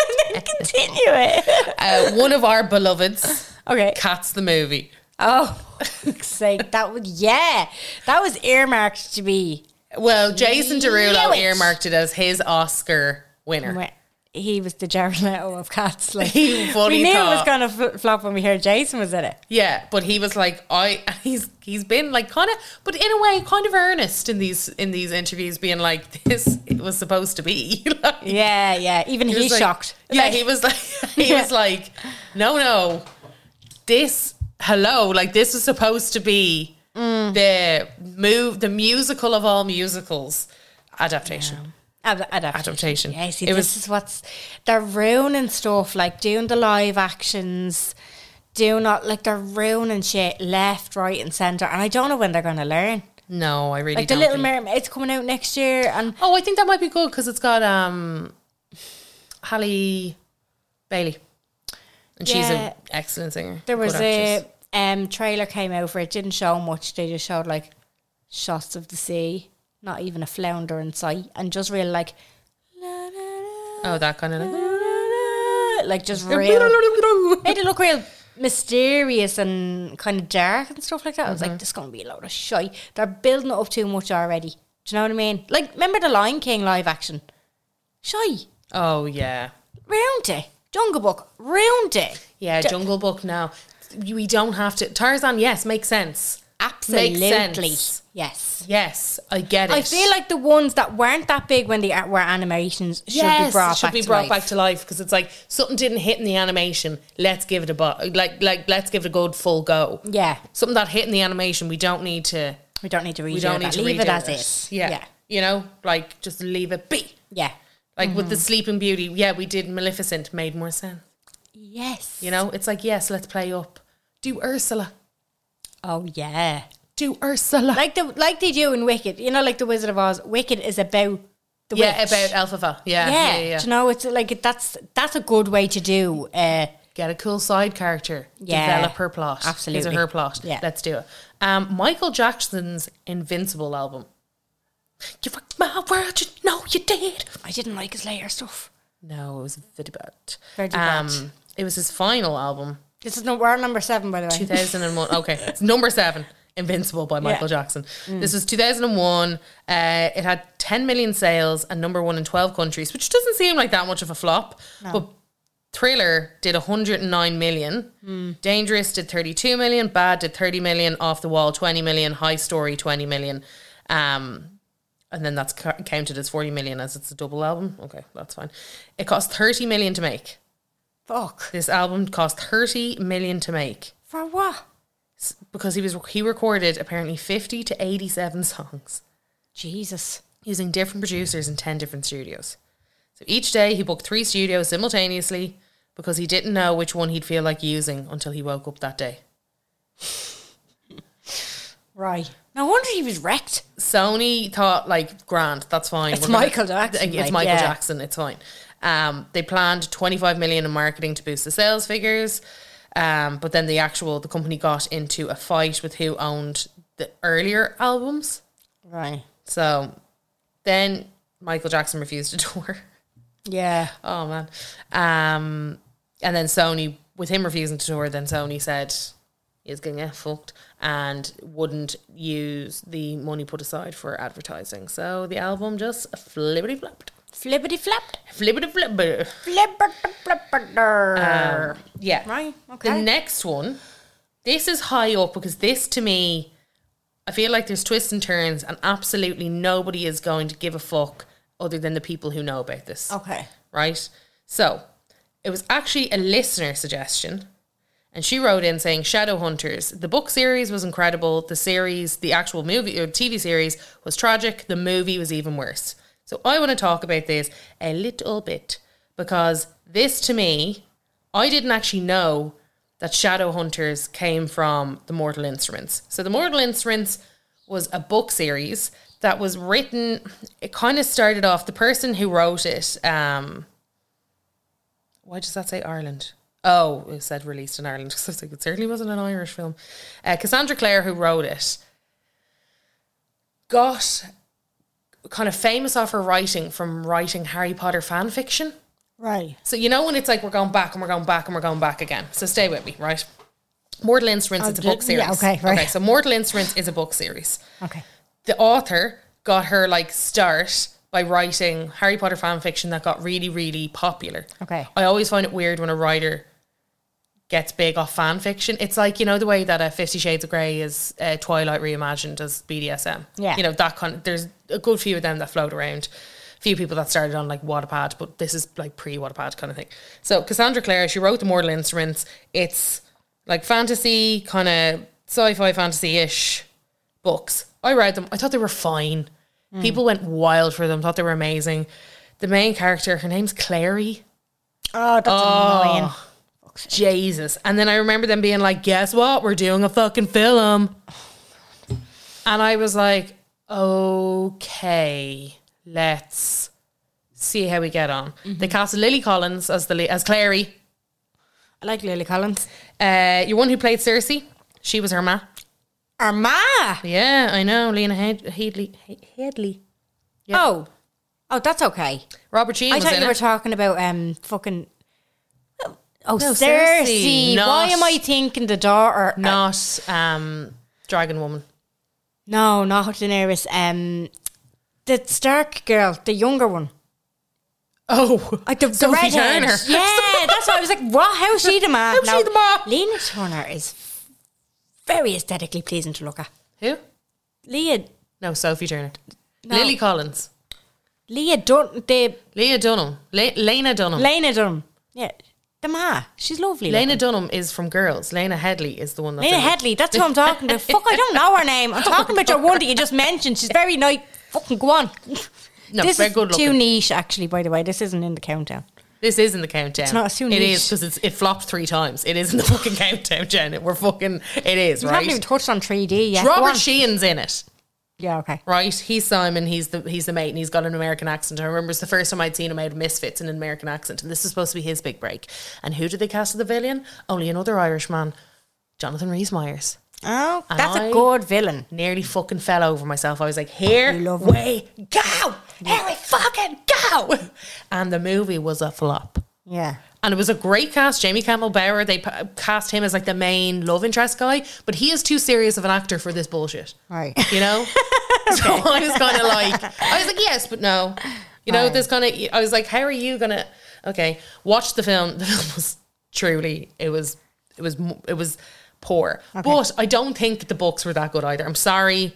Speaker 1: and then continue it.
Speaker 2: (laughs) uh, one of our beloveds,
Speaker 1: Okay.
Speaker 2: Cats the movie.
Speaker 1: Oh, for fuck's sake. That would, yeah. That was earmarked to be.
Speaker 2: Well, Jason Derulo
Speaker 1: Knew it.
Speaker 2: earmarked it as his Oscar winner.
Speaker 1: He was the Jared Leto of
Speaker 2: (laughs)
Speaker 1: cats. Like,
Speaker 2: Er. He
Speaker 1: we
Speaker 2: fully
Speaker 1: knew it was
Speaker 2: thought-
Speaker 1: going to fl- flop when we heard Jason was in it.
Speaker 2: Yeah, but he was like, I (laughs) he's he's been like kind of, but in a way, kind of earnest in these in these interviews, being like, (laughs) this it was supposed to be. (laughs) like,
Speaker 1: Yeah, yeah. Even
Speaker 2: he was
Speaker 1: he's
Speaker 2: like-
Speaker 1: shocked.
Speaker 2: Yeah,
Speaker 1: Like,
Speaker 2: he was like, (laughs) he was like, no, no, this hello, like this was supposed to be
Speaker 1: Mm.
Speaker 2: the move, the musical of all musicals adaptation.
Speaker 1: Ad- adaptation.
Speaker 2: Adaptation.
Speaker 1: Yeah, see,
Speaker 2: It
Speaker 1: this
Speaker 2: was-
Speaker 1: is what's they're ruining stuff like doing the live actions, do not like they're ruining shit left, right, and centre. And I don't know when they're going to learn.
Speaker 2: No, I really
Speaker 1: Like the
Speaker 2: don't
Speaker 1: Little
Speaker 2: think-
Speaker 1: Mermaid's coming out next year, and
Speaker 2: Oh, I think that might be good because it's got um, Halle Bailey, and she's
Speaker 1: Yeah.
Speaker 2: an excellent singer.
Speaker 1: there was
Speaker 2: good
Speaker 1: a
Speaker 2: actress.
Speaker 1: um trailer came out for it. Didn't show much. They just showed like shots of the sea, not even a flounder in sight, and just real like. la, la, la,
Speaker 2: oh that kind of (laughs)
Speaker 1: la,
Speaker 2: like
Speaker 1: la, la, Like just real made it look real mysterious and kind of dark and stuff like that. I was
Speaker 2: Uh-huh.
Speaker 1: like, this is going to be a load of shite. They're building it up too much already. Do you know what I mean? Like, remember the Lion King live action? Shy.
Speaker 2: (laughs) oh yeah,
Speaker 1: Round it. Jungle Book. Round it.
Speaker 2: yeah. Jungle Book now. We don't have to Tarzan. Yes, makes sense.
Speaker 1: Absolutely.
Speaker 2: sense.
Speaker 1: Yes.
Speaker 2: Yes, I get it.
Speaker 1: I feel like the ones that weren't that big when they were animations should be brought,
Speaker 2: should
Speaker 1: back,
Speaker 2: be
Speaker 1: to
Speaker 2: brought
Speaker 1: life.
Speaker 2: back to life because it's like something didn't hit in the animation. Let's give it a bu- like like let's give it a good full go.
Speaker 1: Yeah.
Speaker 2: Something that hit in the animation, we don't need to
Speaker 1: We don't need to redo
Speaker 2: we don't need
Speaker 1: that.
Speaker 2: to
Speaker 1: Leave
Speaker 2: redo
Speaker 1: it as is.
Speaker 2: Yeah.
Speaker 1: Yeah.
Speaker 2: you know, like just leave it be.
Speaker 1: Yeah.
Speaker 2: Like with
Speaker 1: Mm-hmm.
Speaker 2: the Sleeping Beauty, yeah, we did Maleficent, made more sense.
Speaker 1: Yes.
Speaker 2: You know, it's like yes, let's play up. Do Ursula,
Speaker 1: Oh yeah.
Speaker 2: do Ursula.
Speaker 1: Like the like they do in Wicked. You know, like the Wizard of Oz. Wicked is about the
Speaker 2: yeah,
Speaker 1: witch.
Speaker 2: about Elphaba. Yeah,
Speaker 1: yeah,
Speaker 2: yeah, yeah.
Speaker 1: Do you know, it's like that's that's a good way to do. Uh,
Speaker 2: Get a cool side character.
Speaker 1: Yeah.
Speaker 2: Develop her plot. His
Speaker 1: Absolutely.
Speaker 2: or her plot.
Speaker 1: Yeah.
Speaker 2: Let's do it. Um, Michael Jackson's Invincible album. You fucked my world, you know you did.
Speaker 1: I didn't like his later stuff.
Speaker 2: No, it was very bad.
Speaker 1: Very bad.
Speaker 2: um, it was his final album,
Speaker 1: This is no, we're on number seven, by the way.
Speaker 2: 2001. okay, it's number seven, Invincible by Michael
Speaker 1: Yeah.
Speaker 2: Jackson. This was 2001. Uh, it had 10 million sales and number one in 12 countries, which doesn't seem like that much of a flop. But Thriller did 109 million. Dangerous did 32 million. Bad did 30 million. Off the Wall 20 million. High Story 20 million. Um, and then that's ca- counted as 40 million as it's a double album. Okay, that's fine. It cost 30 million to make.
Speaker 1: (laughs) Fuck.
Speaker 2: This album cost 30 million to make
Speaker 1: For what?
Speaker 2: s- because he was he recorded apparently 50 to 87 songs
Speaker 1: Jesus.
Speaker 2: using different producers in 10 different studios. So each day he booked 3 studios simultaneously because he didn't know which one he'd feel like using until he woke up that day.
Speaker 1: Right. No wonder he was wrecked.
Speaker 2: Sony thought like Grant, that's fine.
Speaker 1: It's
Speaker 2: We're gonna-
Speaker 1: Michael Jackson,
Speaker 2: It's
Speaker 1: like,
Speaker 2: Michael
Speaker 1: yeah.
Speaker 2: Jackson. It's fine. Um, they planned 25 million in marketing to boost the sales figures, um, but then the actual the company got into a fight with who owned the earlier albums.
Speaker 1: Right.
Speaker 2: So then Michael Jackson refused to (laughs) tour.
Speaker 1: Yeah.
Speaker 2: Oh man. Um, and then Sony, with him refusing to tour, then Sony said he's going to get fucked and wouldn't use the money put aside for advertising. So the album just flippity flopped.
Speaker 1: Flippity flap.
Speaker 2: Flippity flipper.
Speaker 1: Flippity
Speaker 2: Uh,
Speaker 1: flapper.
Speaker 2: Yeah.
Speaker 1: Right.
Speaker 2: The
Speaker 1: Okay.
Speaker 2: next one, this is high up because this to me, I feel like there's twists and turns, and absolutely nobody is going to give a fuck other than the people who know about this.
Speaker 1: okay.
Speaker 2: right? So it was actually a listener suggestion. And she wrote in saying, Shadowhunters, the book series was incredible. The series, the actual movie or TV series was tragic. The movie was even worse. So I want to talk about this a little bit because this to me, I didn't actually know that Shadowhunters came from the Mortal Instruments. So the Mortal Instruments was a book series that was written. It kind of started off the person who wrote it. Um, why does that say Ireland? Oh, it said released in Ireland (laughs) because I was like, it certainly wasn't an Irish film. Uh, Cassandra Clare, who wrote it, got kind of famous off her writing from writing Harry Potter fan fiction.
Speaker 1: Right.
Speaker 2: So you know when it's like we're going back and we're going back and we're going back again. So stay with me, right? Mortal Instruments is a book
Speaker 1: d-
Speaker 2: series.
Speaker 1: Oh, yeah, okay, right.
Speaker 2: Okay, so Mortal Instruments is a book series
Speaker 1: Okay.
Speaker 2: the author got her like start by writing Harry Potter fan fiction that got really, really popular.
Speaker 1: Okay.
Speaker 2: I always find it weird when a writer gets big off fan fiction. It's like, you know, the way that uh, Fifty Shades of Grey is uh, Twilight reimagined as BDSM.
Speaker 1: Yeah.
Speaker 2: You know, that kind of, there's a good few of them that float around. Few people that started on like Wattpad, but this is like pre Wattpad kind of thing. So Cassandra Clare, she wrote The Mortal Instruments. It's like fantasy, kind of sci-fi fantasy ish books. I read them. I thought they were fine. People went wild for them. Thought they were amazing. The main character, her name's Clary.
Speaker 1: Oh, that's annoying.
Speaker 2: Jesus. And then I remember them being like, guess what? We're doing a fucking film. And I was like, okay, let's see how we get on.
Speaker 1: Mm-hmm.
Speaker 2: They cast Lily Collins as the le- as Clary.
Speaker 1: I like Lily Collins.
Speaker 2: Uh, your one who played Cersei, she was her ma.
Speaker 1: Our ma.
Speaker 2: Yeah, I know. Lena Head- Headley. He- Headley.
Speaker 1: Oh. Oh, that's okay.
Speaker 2: Robert Sheen
Speaker 1: I
Speaker 2: was
Speaker 1: thought
Speaker 2: in
Speaker 1: you were
Speaker 2: it.
Speaker 1: talking about um fucking. Oh,
Speaker 2: No,
Speaker 1: Cersei.
Speaker 2: Cersei, not-
Speaker 1: Why am I thinking the daughter? uh,
Speaker 2: Not um, Dragon Woman.
Speaker 1: No, not Daenerys. Um, the Stark girl, the younger one.
Speaker 2: (laughs) Oh,
Speaker 1: Like the, the
Speaker 2: Sophie
Speaker 1: redhead.
Speaker 2: Turner. (laughs)
Speaker 1: Yeah, that's why I was like, what? How's she the man?
Speaker 2: How's she the ma?
Speaker 1: Lena Turner is very aesthetically pleasing to look at.
Speaker 2: (laughs) Who?
Speaker 1: Leah,
Speaker 2: No, Sophie Turner.
Speaker 1: No.
Speaker 2: Lily Collins.
Speaker 1: Leah Dunn, the
Speaker 2: Leah Dunham. Le- Lena Dunham.
Speaker 1: Lena Dunn. Yeah, the ma. She's lovely.
Speaker 2: Lena Dunham is from Girls. Lena Headley is the one that's
Speaker 1: Lena
Speaker 2: in it.
Speaker 1: Headley, that's
Speaker 2: (laughs)
Speaker 1: who I'm talking to. Fuck, I don't know her name. I'm talking about your one that you just mentioned. She's very nice. Fucking go on.
Speaker 2: No,
Speaker 1: this
Speaker 2: very
Speaker 1: is
Speaker 2: good
Speaker 1: too
Speaker 2: looking.
Speaker 1: niche, actually. By the way, this isn't in the countdown.
Speaker 2: This is in the countdown.
Speaker 1: It's not so
Speaker 2: It
Speaker 1: niche.
Speaker 2: is because it flopped three times. It is in the fucking countdown, Janet. We're fucking. It is
Speaker 1: We
Speaker 2: right.
Speaker 1: haven't even touched on 3D yet. Go on.
Speaker 2: Robert Sheehan's in it.
Speaker 1: yeah, okay.
Speaker 2: Right, he's Simon. He's the he's the mate, and he's got an American accent. I remember it's the first time I'd seen him out of Misfits in an American accent, and this is supposed to be his big break. And who did they cast as the villain? Only another Irishman, Jonathan Rhys Myers.
Speaker 1: Oh,
Speaker 2: And
Speaker 1: that's
Speaker 2: I-
Speaker 1: a good villain.
Speaker 2: Nearly fucking fell over myself. I was like, here
Speaker 1: You love him.
Speaker 2: we go, here we fucking go. And the movie was a flop.
Speaker 1: Yeah.
Speaker 2: And it was a great cast. Jamie Campbell Bower, they p- cast him as like the main love interest guy, but he is too serious of an actor for this bullshit.
Speaker 1: Right.
Speaker 2: You know? So I was kind of like, I was like, yes, but no. You know, this kind of, I was like, how are you going to, okay, watch the film. (laughs) The film was truly, it was, it was, m- it was poor. But I don't think the books were that good either. I'm sorry.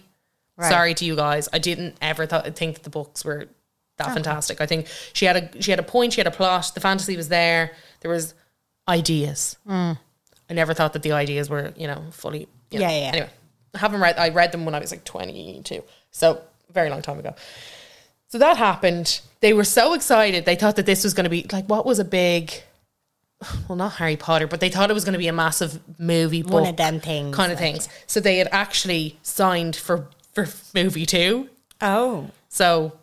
Speaker 1: Right.
Speaker 2: Sorry to you guys. I didn't ever th- think the books were that fantastic. I think she had a she had a point, she had a plot, the fantasy was there. There was ideas. I never thought that the ideas were, you know, fully. You know.
Speaker 1: Hmm. Yeah, yeah.
Speaker 2: Anyway, I haven't read. I read them when I was like twenty-two, so very long time ago. So that happened. They were so excited. They thought that this was going to be like what was a big, well, not Harry Potter, but they thought it was going to be a massive movie,
Speaker 1: One
Speaker 2: book
Speaker 1: of them things,
Speaker 2: kind of things. So they had actually signed for for movie two.
Speaker 1: Oh,
Speaker 2: So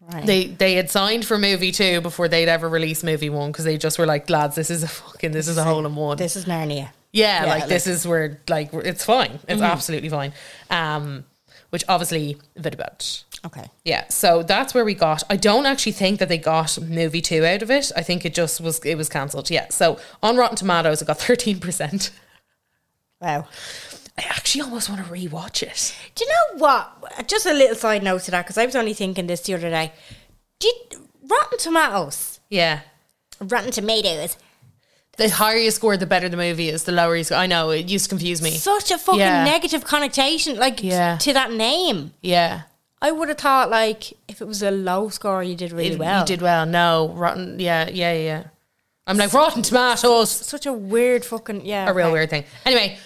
Speaker 1: right.
Speaker 2: they they had signed for movie two before they'd ever release movie one because they just were like, lads, this is a (laughs) fucking this is a hole in one.
Speaker 1: this is Narnia.
Speaker 2: Yeah,
Speaker 1: Yeah,
Speaker 2: like,
Speaker 1: like- Mm-hmm.
Speaker 2: this is where like we're- it's fine. It's absolutely fine. Um, which obviously bit about.
Speaker 1: Okay.
Speaker 2: Yeah, so that's where we got. I don't actually think that they got movie two out of it. I think it just was it was cancelled. Yeah, so on Rotten Tomatoes, it got (laughs) thirteen percent.
Speaker 1: Wow.
Speaker 2: I actually almost want to rewatch it.
Speaker 1: Do you know what? Just a little side note to that, because I was only thinking this the other day. Did Rotten Tomatoes,
Speaker 2: Yeah,
Speaker 1: Rotten Tomatoes,
Speaker 2: the higher you score, the better the movie is. The lower you score, I know it used to confuse me.
Speaker 1: such a fucking
Speaker 2: Yeah.
Speaker 1: negative connotation, like t-
Speaker 2: Yeah.
Speaker 1: to that name.
Speaker 2: yeah,
Speaker 1: I would have thought, like, if it was a low score, you did really
Speaker 2: It-
Speaker 1: well.
Speaker 2: you did well. No, Rotten. Yeah, yeah, yeah. I'm like Rotten Tomatoes.
Speaker 1: such a weird fucking yeah,
Speaker 2: a real
Speaker 1: okay.
Speaker 2: weird thing. Anyway,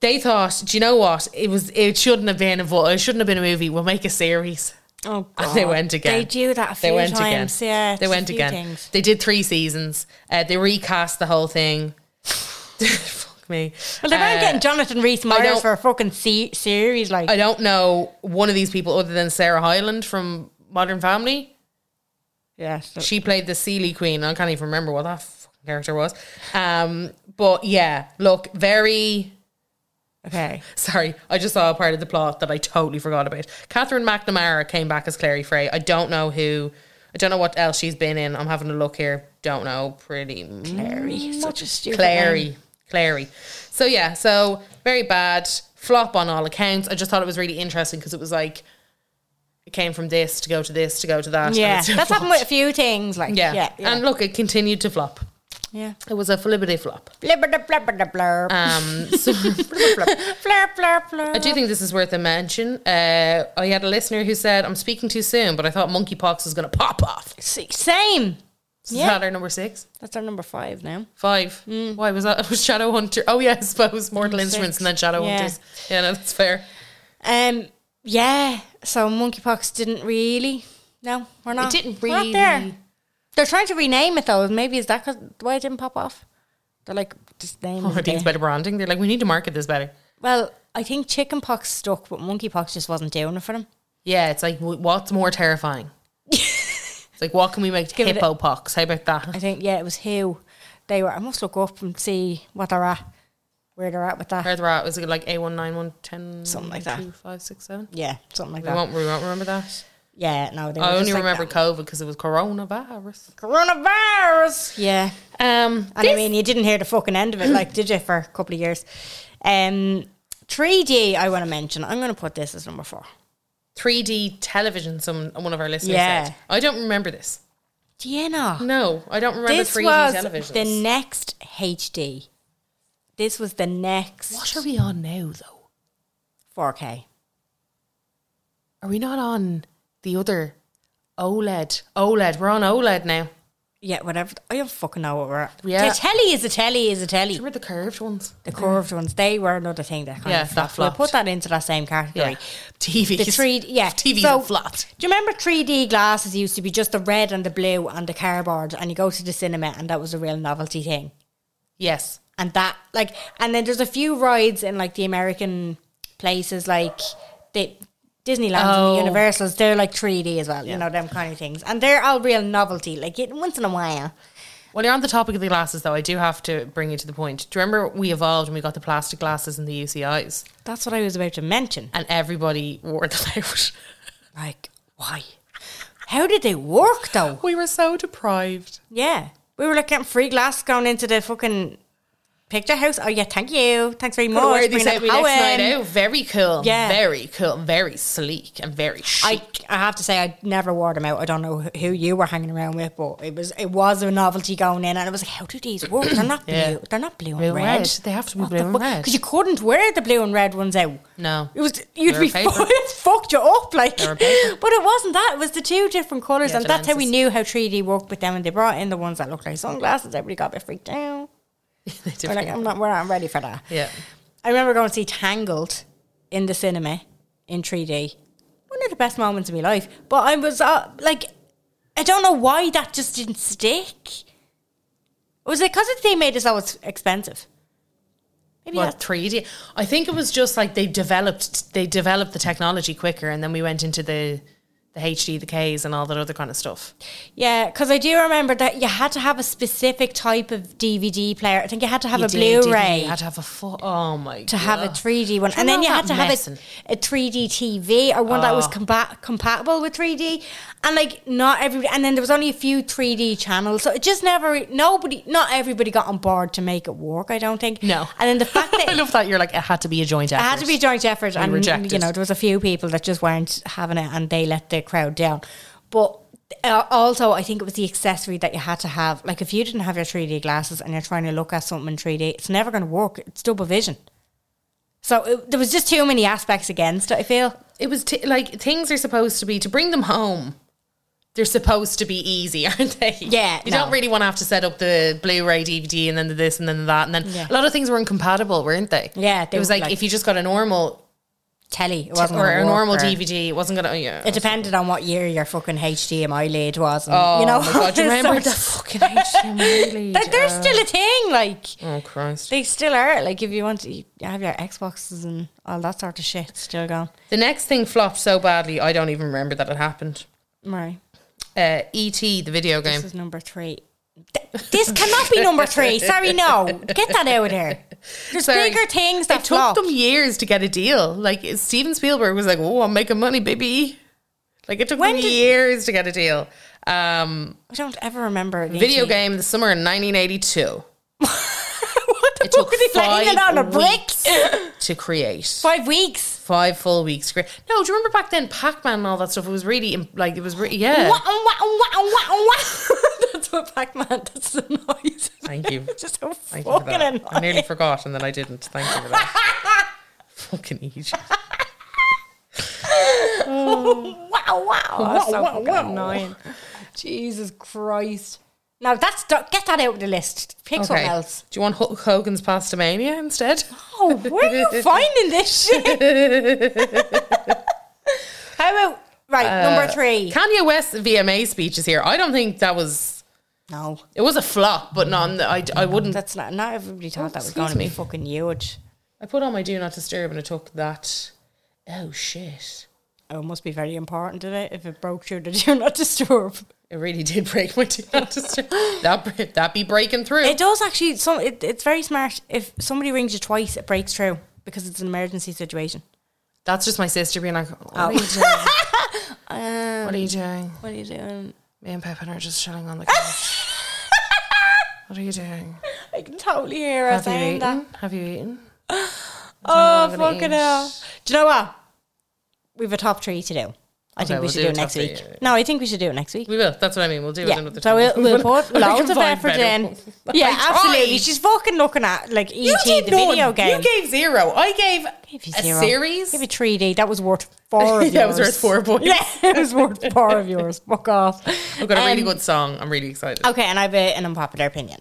Speaker 2: they thought, do you know what? It was it shouldn't have been a vo- it shouldn't have been a movie. We'll make a series.
Speaker 1: Oh, God.
Speaker 2: And (laughs) they went again.
Speaker 1: They do that a few times.
Speaker 2: Again.
Speaker 1: Yeah, it's
Speaker 2: they
Speaker 1: a
Speaker 2: went
Speaker 1: few
Speaker 2: again.
Speaker 1: things.
Speaker 2: They did three seasons. Uh, they recast the whole thing. (laughs) Fuck me.
Speaker 1: Well, they weren't
Speaker 2: Uh,
Speaker 1: getting Jonathan Rhys
Speaker 2: don't-
Speaker 1: Myers for a fucking se- series, like
Speaker 2: I don't know one of these people other than Sarah Hyland from Modern Family.
Speaker 1: yeah. So,
Speaker 2: She played the Sealy Queen. I can't even remember what that fucking character was. Um, but yeah, look, very (laughs)
Speaker 1: okay,
Speaker 2: Sorry, I just saw a part of the plot that I totally forgot about. Catherine McNamara came back as Clary Frey. I don't know who, I don't know what else she's been in. I'm having a look here. Don't know. Pretty Clary,
Speaker 1: such a stupid
Speaker 2: Clary, Clary. So yeah, so very bad flop on all accounts. I just thought it was really interesting because it was like it came from this to go to this to go to that. and
Speaker 1: yeah,
Speaker 2: it's-
Speaker 1: that's happened with
Speaker 2: (laughs)
Speaker 1: a few things, like
Speaker 2: yeah.
Speaker 1: yeah, yeah.
Speaker 2: And look, it continued to flop.
Speaker 1: yeah. Uh,
Speaker 2: It was a flippity flop.
Speaker 1: Blibber blubber blur.
Speaker 2: Um, so
Speaker 1: Blur blur blur.
Speaker 2: I do think this is worth a mention. Uh, I had a listener who said, I'm speaking too soon, but I thought monkeypox was going to pop off. Is
Speaker 1: Same. Yeah. Mm.
Speaker 2: that our number six?
Speaker 1: That's our number five now.
Speaker 2: Five? Why was that? (laughs) It was Shadow Hunter. Oh, yeah, I (laughs) suppose. Mortal Instruments and then Shadow
Speaker 1: Yeah.
Speaker 2: Hunters. Yeah, no, that's fair.
Speaker 1: Um, yeah. So monkeypox didn't really. No, we're not.
Speaker 2: It didn't
Speaker 1: we're
Speaker 2: really.
Speaker 1: not there. They're trying to rename it though. Maybe is that 'cause- why it didn't pop off? They're like just name.
Speaker 2: Oh, I
Speaker 1: it
Speaker 2: think it's
Speaker 1: there.
Speaker 2: better branding. They're like, we need to market this better.
Speaker 1: Well, I think chickenpox stuck, but monkeypox just wasn't doing it for them.
Speaker 2: Yeah, it's like, wh- what's
Speaker 1: (laughs)
Speaker 2: more terrifying? it's like, what can we make
Speaker 1: Give it a-
Speaker 2: hippo pox? How about
Speaker 1: I
Speaker 2: that?
Speaker 1: think yeah, it was who they were. I must look up and see what they're at, where they're at with that.
Speaker 2: Where they're at, was it like A191110?
Speaker 1: Something like that.
Speaker 2: Two, five, six, seven?
Speaker 1: yeah, something like
Speaker 2: We
Speaker 1: that.
Speaker 2: won't, we won't remember that.
Speaker 1: Yeah, no, they were
Speaker 2: I
Speaker 1: just
Speaker 2: only
Speaker 1: like
Speaker 2: remember
Speaker 1: that.
Speaker 2: COVID because it was coronavirus.
Speaker 1: coronavirus. Yeah,
Speaker 2: Um,
Speaker 1: and I mean you didn't hear the fucking end of it, like did you, for a couple of years? Um, 3D. I want to mention. I'm going to put this as number four.
Speaker 2: 3D television. Some one of our listeners
Speaker 1: Yeah.
Speaker 2: said. I don't remember this.
Speaker 1: Do you know?
Speaker 2: No, I don't remember
Speaker 1: this
Speaker 2: 3D
Speaker 1: was
Speaker 2: television.
Speaker 1: the next HD This was the next
Speaker 2: What are we on now, though?
Speaker 1: 4K.
Speaker 2: Are we not on the other E OLED? OLED. We're on OLED now.
Speaker 1: Yeah, whatever. I don't fucking know what we're at.
Speaker 2: Yeah.
Speaker 1: The telly is a telly is a telly.
Speaker 2: Remember the curved ones?
Speaker 1: The curved ones, they were another thing that kind
Speaker 2: Yeah,
Speaker 1: of
Speaker 2: that
Speaker 1: flopped. We'll
Speaker 2: flopped.
Speaker 1: put that into that same category.
Speaker 2: Yeah. TVs.
Speaker 1: The three,
Speaker 2: (laughs)
Speaker 1: yeah,
Speaker 2: TVs
Speaker 1: So,
Speaker 2: are flat.
Speaker 1: Do you remember three D glasses used to be just the red and the blue and the cardboard, and you go to the cinema, and that was a real novelty thing.
Speaker 2: Yes.
Speaker 1: And that, like, and then there's a few rides in like the American places, like the Disneyland and
Speaker 2: Oh.
Speaker 1: the Universals. They're like three D as well, you know, them kind of things, and they're all real novelty. Like it, once in a while,
Speaker 2: Well, you're on the topic of the glasses, though. I do have to bring you to the point. Do you remember we evolved when we got the plastic glasses and the UCIs,
Speaker 1: that's what I was about to mention.
Speaker 2: and everybody wore them (laughs) out?
Speaker 1: Like, why? How did they work though?
Speaker 2: we were so deprived.
Speaker 1: Yeah. We were looking at free glass going into the fucking picture house. Oh yeah, thank you. Thanks very much.
Speaker 2: Gonna wear these
Speaker 1: Bringing
Speaker 2: out
Speaker 1: up
Speaker 2: my next night
Speaker 1: Owen.
Speaker 2: out. Very cool.
Speaker 1: Yeah.
Speaker 2: Very cool. Very sleek and very chic.
Speaker 1: I, I have to say I never wore them out. I don't know who you were hanging around with, but it was it was a novelty going in, and it was like, how do these work? They're not blue.
Speaker 2: Yeah.
Speaker 1: They're not blue,
Speaker 2: Blue
Speaker 1: and
Speaker 2: and
Speaker 1: red.
Speaker 2: red. They have to be blue and red.
Speaker 1: because you couldn't wear the blue and red ones out.
Speaker 2: no. (laughs)
Speaker 1: It was you'd
Speaker 2: They were
Speaker 1: (laughs) be
Speaker 2: paper.
Speaker 1: it fucked you up like,
Speaker 2: They
Speaker 1: (laughs)
Speaker 2: were
Speaker 1: but
Speaker 2: paper.
Speaker 1: it wasn't that. It was the two different colours,
Speaker 2: Yeah,
Speaker 1: and
Speaker 2: the
Speaker 1: that's how we
Speaker 2: lenses.
Speaker 1: knew how 3D worked. But then when they brought in the ones that looked like sunglasses, everybody got a bit freaked out.
Speaker 2: They
Speaker 1: We're like,
Speaker 2: different.
Speaker 1: I'm not, we're not ready for that.
Speaker 2: yeah.
Speaker 1: I remember going to see Tangled in the cinema in 3D. One of the best moments of my life. But I was uh, like, I don't know why that just didn't stick. Was it because they made it so it's expensive? Maybe
Speaker 2: What
Speaker 1: that's
Speaker 2: three D? I think it was just like they developed they developed the technology quicker, and then we went into the the HD, the Ks, and all that other kind of stuff.
Speaker 1: Yeah, because I do remember that you had to have a specific type of DVD player. I think you had to have
Speaker 2: You
Speaker 1: a
Speaker 2: did, didn't you?
Speaker 1: Blu-ray
Speaker 2: You had to have a fu- oh my
Speaker 1: to have a 3D one,
Speaker 2: Do you
Speaker 1: and then you
Speaker 2: know
Speaker 1: had
Speaker 2: that
Speaker 1: to
Speaker 2: messing?
Speaker 1: have a, a 3D TV or one that was
Speaker 2: Oh.
Speaker 1: compa- compatible with 3D, and like not everybody. And then there was only a few 3D channels, so it just never nobody, not everybody got on board to make it work. I don't think.
Speaker 2: No.
Speaker 1: and then the fact that
Speaker 2: (laughs) I love that you're like it had to be a joint effort.
Speaker 1: it had to be a joint effort,
Speaker 2: We
Speaker 1: and
Speaker 2: rejected.
Speaker 1: you know there was a few people that just weren't having it, and they let the crowd down. But uh, also, I think it was the accessory that you had to have. Like if you didn't have your three D glasses and you're trying to look at something in three D, it's never going to work. It's double vision. So it, there was just too many aspects against it. I feel.
Speaker 2: It was t- like things are supposed to be to bring them home. They're supposed to be easy, (laughs) aren't they?
Speaker 1: Yeah,
Speaker 2: You
Speaker 1: no.
Speaker 2: don't really want to have to set up the Blu-ray, DVD, and then the this, and then the that, and then
Speaker 1: Yeah.
Speaker 2: a lot of things were incompatible, weren't they?
Speaker 1: Yeah, they
Speaker 2: it was
Speaker 1: were
Speaker 2: like,
Speaker 1: like-
Speaker 2: if you just got a normal
Speaker 1: Telly, it wasn't
Speaker 2: or
Speaker 1: gonna
Speaker 2: a
Speaker 1: work,
Speaker 2: normal
Speaker 1: or-
Speaker 2: DVD, it wasn't gonna. Yeah,
Speaker 1: (laughs) It depended on what year your fucking HDMI lead was. And,
Speaker 2: Oh
Speaker 1: you know,
Speaker 2: my God,
Speaker 1: (laughs)
Speaker 2: do you
Speaker 1: all this
Speaker 2: remember the
Speaker 1: sort
Speaker 2: fucking
Speaker 1: of-
Speaker 2: HDMI (laughs) lead?
Speaker 1: Like, They're still a thing. Like
Speaker 2: Oh Christ!
Speaker 1: They still are. Like if you want to you have your Xboxes and all that sort of shit, it's still gone.
Speaker 2: The next thing flopped so badly, I don't even remember that it happened.
Speaker 1: Right.
Speaker 2: Uh, ET, the video game.
Speaker 1: This is number three. Th- This cannot be number three. Sorry, no. Get that out of there. There's
Speaker 2: Sorry.
Speaker 1: bigger things that
Speaker 2: It took
Speaker 1: flop.
Speaker 2: them years to get a deal. Like Steven Spielberg was like, "Oh, I'm making money, baby." Like it took
Speaker 1: When
Speaker 2: them
Speaker 1: did-
Speaker 2: years to get a deal. Um,
Speaker 1: I don't ever remember. the
Speaker 2: video
Speaker 1: eighteen-
Speaker 2: game in the summer in 1982
Speaker 1: (laughs) what the
Speaker 2: It
Speaker 1: fuck
Speaker 2: took
Speaker 1: were they playing it on a
Speaker 2: five
Speaker 1: brick?
Speaker 2: (laughs) to create
Speaker 1: (laughs) Five weeks.
Speaker 2: five full weeks. Cre- no, do you remember back then Pac-Man and all that stuff? It was really im- like it was re- yeah.
Speaker 1: Wah, wah, wah, wah, wah. (laughs) That's what Pac-Man. That's the noise. (laughs)
Speaker 2: Thank you.
Speaker 1: Just so
Speaker 2: Thank you for
Speaker 1: fucking
Speaker 2: that.
Speaker 1: annoying.
Speaker 2: I nearly forgot and then I didn't. Thank you for (laughs) that.
Speaker 1: (laughs)
Speaker 2: Fucking idiot.
Speaker 1: wow, wow, that's so fucking annoying. Jesus Christ. No, that's don't- get that out of the list. Pick something else.
Speaker 2: Do you want Hulk Hogan's Pasta Mania instead?
Speaker 1: Oh, where are (laughs) you finding this shit? (laughs) How about right number three?
Speaker 2: Kanye West's VMA speech is here. I don't think that was.
Speaker 1: No,
Speaker 2: It was a flop, but not. I, I wouldn't.
Speaker 1: that's not. Not everybody thought that was
Speaker 2: excuse
Speaker 1: going to be
Speaker 2: me.
Speaker 1: fucking huge.
Speaker 2: I put on my do not disturb and I took that. Oh shit!
Speaker 1: Oh, it must be very important today if it broke (laughs) through the do not disturb.
Speaker 2: It really did break my do not (laughs) disturb. that bre- that be breaking through.
Speaker 1: It does actually. Some it, it's very smart. If somebody rings you twice, it breaks through because it's an emergency situation.
Speaker 2: That's just my sister being like, "What are you doing? Oh. (laughs) Um, what are you doing?
Speaker 1: What are you doing?
Speaker 2: Me and Pepin are just chilling on the couch. (laughs) what are you doing?
Speaker 1: I can totally hear her
Speaker 2: Have you
Speaker 1: saying that.
Speaker 2: eaten? Have you eaten?
Speaker 1: Oh,
Speaker 2: I'm gonna
Speaker 1: fucking
Speaker 2: eat.
Speaker 1: hell. Do you know what? We've a top three to do. I
Speaker 2: Okay,
Speaker 1: think we
Speaker 2: we'll
Speaker 1: should
Speaker 2: do
Speaker 1: do
Speaker 2: it
Speaker 1: it next
Speaker 2: after-
Speaker 1: week. No, I think we should do it next week.
Speaker 2: We will. That's what I mean. We'll do it
Speaker 1: Yeah,
Speaker 2: another
Speaker 1: so
Speaker 2: time.
Speaker 1: we'll, we'll
Speaker 2: (laughs)
Speaker 1: put
Speaker 2: When I can
Speaker 1: loads of
Speaker 2: find
Speaker 1: effort
Speaker 2: better
Speaker 1: in.
Speaker 2: ones. (laughs)
Speaker 1: Yeah,
Speaker 2: I
Speaker 1: absolutely.
Speaker 2: tried.
Speaker 1: She's fucking looking at like ET
Speaker 2: You
Speaker 1: the
Speaker 2: did none.
Speaker 1: video game.
Speaker 2: You gave zero. I gave,
Speaker 1: Give you
Speaker 2: a
Speaker 1: zero.
Speaker 2: series.
Speaker 1: Give it three D. That was
Speaker 2: (laughs)
Speaker 1: worth four of yours.
Speaker 2: That was worth four
Speaker 1: (laughs)
Speaker 2: points.
Speaker 1: Yeah, it was worth four of yours. Fuck off.
Speaker 2: We've got a really
Speaker 1: Um,
Speaker 2: good song. I'm really excited.
Speaker 1: Okay, and I have a, an unpopular opinion.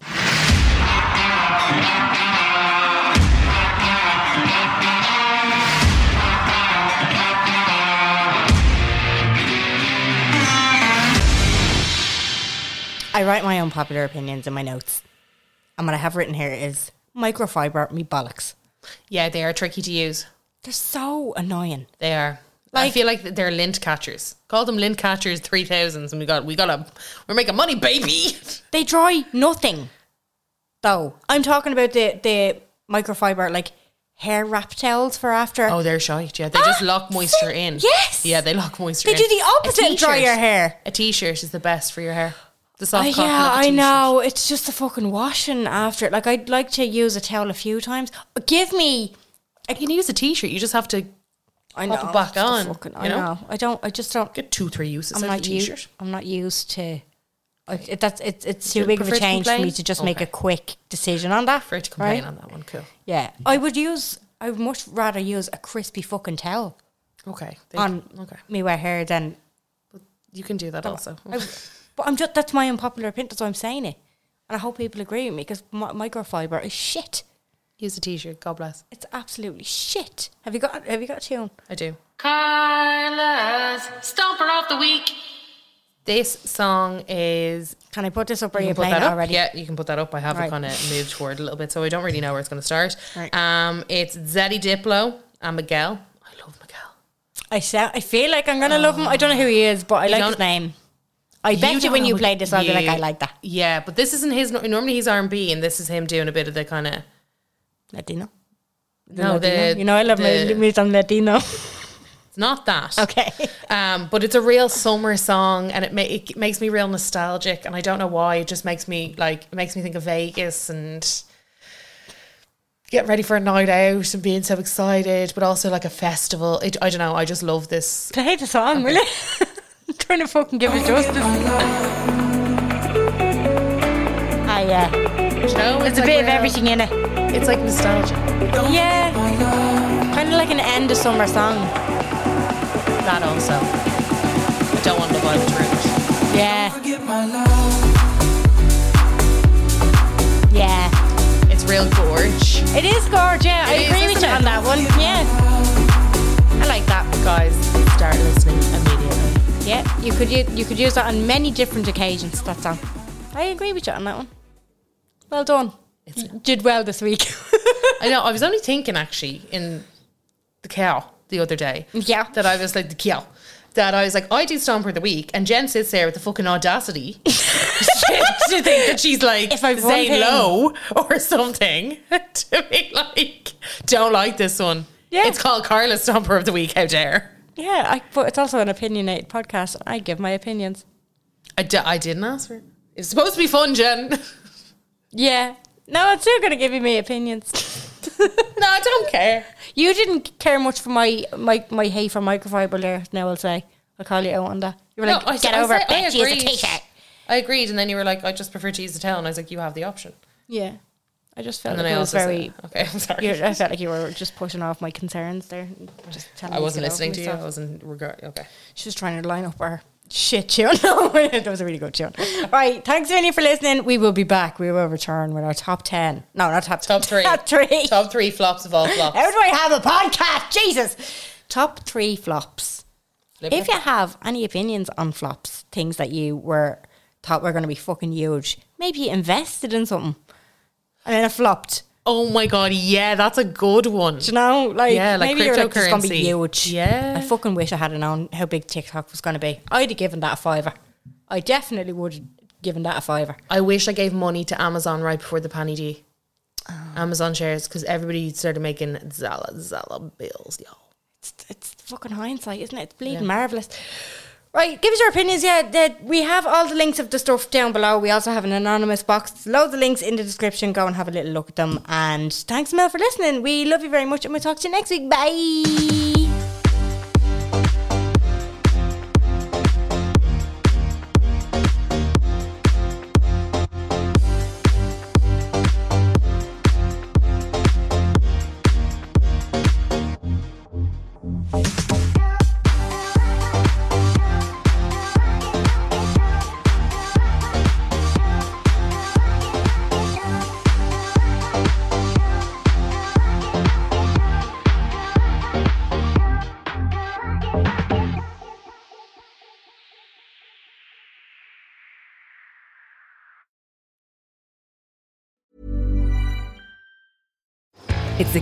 Speaker 1: I write my unpopular opinions in my notes. And what I have written here is microfiber me bollocks.
Speaker 2: Yeah, they are tricky to use.
Speaker 1: They're so annoying.
Speaker 2: They are. I
Speaker 1: Like-
Speaker 2: feel like they're lint catchers. Call them lint catchers three thousands, and we got we got a we're making money, baby.
Speaker 1: They dry nothing. Though. I'm talking about the, the microfiber like hair wrap towels for after.
Speaker 2: Oh, they're shite. Yeah, they just
Speaker 1: Ah, (gasps)
Speaker 2: lock moisture
Speaker 1: see?
Speaker 2: in.
Speaker 1: Yes.
Speaker 2: Yeah, they lock moisture.
Speaker 1: They
Speaker 2: in.
Speaker 1: do the
Speaker 2: A
Speaker 1: opposite and dry
Speaker 2: t-shirt-
Speaker 1: your hair.
Speaker 2: A t-shirt is the best for your hair.
Speaker 1: Oh,
Speaker 2: The soft cotton.
Speaker 1: yeah,
Speaker 2: of a
Speaker 1: I
Speaker 2: t-shirt.
Speaker 1: know. It's just the fucking washing after. Like, I'd like to use a towel a few times. Give me.
Speaker 2: You can use a t-shirt. You just have to
Speaker 1: I
Speaker 2: Pop
Speaker 1: know.
Speaker 2: it back
Speaker 1: it's the
Speaker 2: on,
Speaker 1: fucking-
Speaker 2: you
Speaker 1: I
Speaker 2: know?
Speaker 1: know. I don't. I just don't.
Speaker 2: get two, three uses
Speaker 1: I'm
Speaker 2: out of a
Speaker 1: not, u-
Speaker 2: t-shirt.
Speaker 1: I'm not used to. I, it, that's it's it's too
Speaker 2: you
Speaker 1: big of
Speaker 2: prefer
Speaker 1: a
Speaker 2: to
Speaker 1: change for me
Speaker 2: complain?
Speaker 1: to just make
Speaker 2: Okay.
Speaker 1: a quick decision on that.
Speaker 2: For it to complain
Speaker 1: right?
Speaker 2: on that one, cool.
Speaker 1: Yeah, I would use. I would much rather use a crispy fucking towel
Speaker 2: Okay. They-
Speaker 1: on
Speaker 2: okay.
Speaker 1: me wet hair than.
Speaker 2: You can do that also.
Speaker 1: (laughs) But I'm just that's my unpopular opinion. That's why I'm saying it, and I hope people agree with me because mi- microfiber is shit.
Speaker 2: Use a t-shirt. God bless.
Speaker 1: It's absolutely shit. Have you got Have you got a tune?
Speaker 2: I do. Stomper off the week. This song is.
Speaker 1: Can I put this up? Or are
Speaker 2: you
Speaker 1: you
Speaker 2: can put
Speaker 1: playing it
Speaker 2: that up.
Speaker 1: already?
Speaker 2: Yeah, you can put that up. I have
Speaker 1: Right.
Speaker 2: it kind of moved forward a little bit, so I don't really know where it's going to start.
Speaker 1: Right.
Speaker 2: Um, it's Zeddy Diplo and Miguel. I love Miguel.
Speaker 1: I sound, I feel like I'm gonna love him. I don't know who he is, but I like his
Speaker 2: don't-
Speaker 1: name. I bet you
Speaker 2: don't
Speaker 1: when
Speaker 2: know
Speaker 1: you
Speaker 2: what-
Speaker 1: played this, I'll be like,
Speaker 2: Yeah.
Speaker 1: I like that.
Speaker 2: Yeah, but this isn't his. Normally he's R and B, and this is him doing a bit of the kind of
Speaker 1: Latino. The
Speaker 2: no,
Speaker 1: Latino.
Speaker 2: the
Speaker 1: you know, I love my
Speaker 2: the-
Speaker 1: me some
Speaker 2: (laughs)
Speaker 1: Latino.
Speaker 2: It's not that.
Speaker 1: Okay.
Speaker 2: Um, but it's a real summer song, and it, ma- it makes me real nostalgic, and I don't know why. It just makes me like it makes me think of Vegas and get ready for a night out and being so excited, but also like a festival. It, I don't know. I just love this.
Speaker 1: Play the song, will you? (laughs) I'm trying to fucking give it justice. Ah, yeah.
Speaker 2: You know,
Speaker 1: There's a bit
Speaker 2: like
Speaker 1: of
Speaker 2: real-
Speaker 1: everything in it.
Speaker 2: It's like nostalgia.
Speaker 1: Yeah. Kind of like an end of summer song.
Speaker 2: That also. I don't want to go out through it.
Speaker 1: Yeah. Yeah.
Speaker 2: It's real gorge,
Speaker 1: It is gorge, yeah. I
Speaker 2: It is,
Speaker 1: agree with
Speaker 2: isn't
Speaker 1: you
Speaker 2: it?
Speaker 1: on that one. Yeah.
Speaker 2: I like that, guys. Start listening immediately.
Speaker 1: Yeah. You could u- you could use that on many different occasions, that song. I agree with you on that one. Well done. You did well this week.
Speaker 2: (laughs) I know. I was only thinking actually in the cow the other day.
Speaker 1: Yeah.
Speaker 2: That I was like the cow. That I was like, I do stomp for the week, and Jen sits there with the fucking (laughs) audacity to think that she's like
Speaker 1: If I've one
Speaker 2: Zane
Speaker 1: thing-
Speaker 2: Low or (laughs) something to be like, don't like this one.
Speaker 1: Yeah.
Speaker 2: It's called Carla Stomper of the Week. How dare?
Speaker 1: (laughs) yeah, I, but it's also an opinionated podcast. I give my opinions.
Speaker 2: I d- I didn't ask for it. It was supposed to be fun, Jen. (laughs)
Speaker 1: Yeah. No, I'm still going to give you my opinions.
Speaker 2: (laughs) no, I don't care.
Speaker 1: You didn't care much for my my, my hate for microfiber there, now I'll say. I'll call you out on that. You were like,
Speaker 2: No, I-
Speaker 1: get
Speaker 2: I
Speaker 1: over
Speaker 2: said-
Speaker 1: it,
Speaker 2: I
Speaker 1: bitch. She has a
Speaker 2: agreed.
Speaker 1: t-shirt.
Speaker 2: I agreed, and then you were like, I just prefer to use the towel, and I was like, you have the option.
Speaker 1: Yeah. I just felt
Speaker 2: And then
Speaker 1: like
Speaker 2: I
Speaker 1: it was
Speaker 2: also
Speaker 1: very
Speaker 2: said, okay, I'm sorry.
Speaker 1: You, I felt like you were just pushing off my concerns there. and Just telling
Speaker 2: I
Speaker 1: me to
Speaker 2: wasn't
Speaker 1: get over
Speaker 2: listening to you.
Speaker 1: myself.
Speaker 2: I wasn't regard. (laughs) Okay.
Speaker 1: She was trying to line up our shit tune. (laughs) No, that was a really
Speaker 2: (laughs)
Speaker 1: good tune. Right, thanks Vinny for listening. We will be back. We will return with our top ten. No, not top
Speaker 2: Top
Speaker 1: (laughs)
Speaker 2: three.
Speaker 1: Top three.
Speaker 2: Top three flops of all flops.
Speaker 1: How do I have a podcast? Jesus. Top three flops.
Speaker 2: Flip
Speaker 1: If
Speaker 2: it.
Speaker 1: you have any opinions on flops, things that you were thought were going to be fucking huge, maybe you invested in something and then it flopped.
Speaker 2: oh my god, yeah, that's a good one.
Speaker 1: Do you know, like,
Speaker 2: Yeah, like
Speaker 1: maybe you're like, this is gonna be
Speaker 2: cryptocurrency.
Speaker 1: huge.
Speaker 2: Yeah.
Speaker 1: I fucking wish I had known how big TikTok was gonna be. I'd have given that a fiver. I definitely would have given that a fiver.
Speaker 2: I wish I gave money to Amazon right before the Panny D. Amazon shares because everybody started making Zala Zala bills, y'all.
Speaker 1: It's, it's fucking hindsight, isn't it? It's bleeding marvelous. Right, give us your opinions. Yeah, that we have all the links of the stuff down below. We also have an anonymous box. Loads of links in the description. Go and have a little look at them. And thanks, Mel, for listening. We love you very much, and we'll talk to you next week. Bye.
Speaker 4: It's the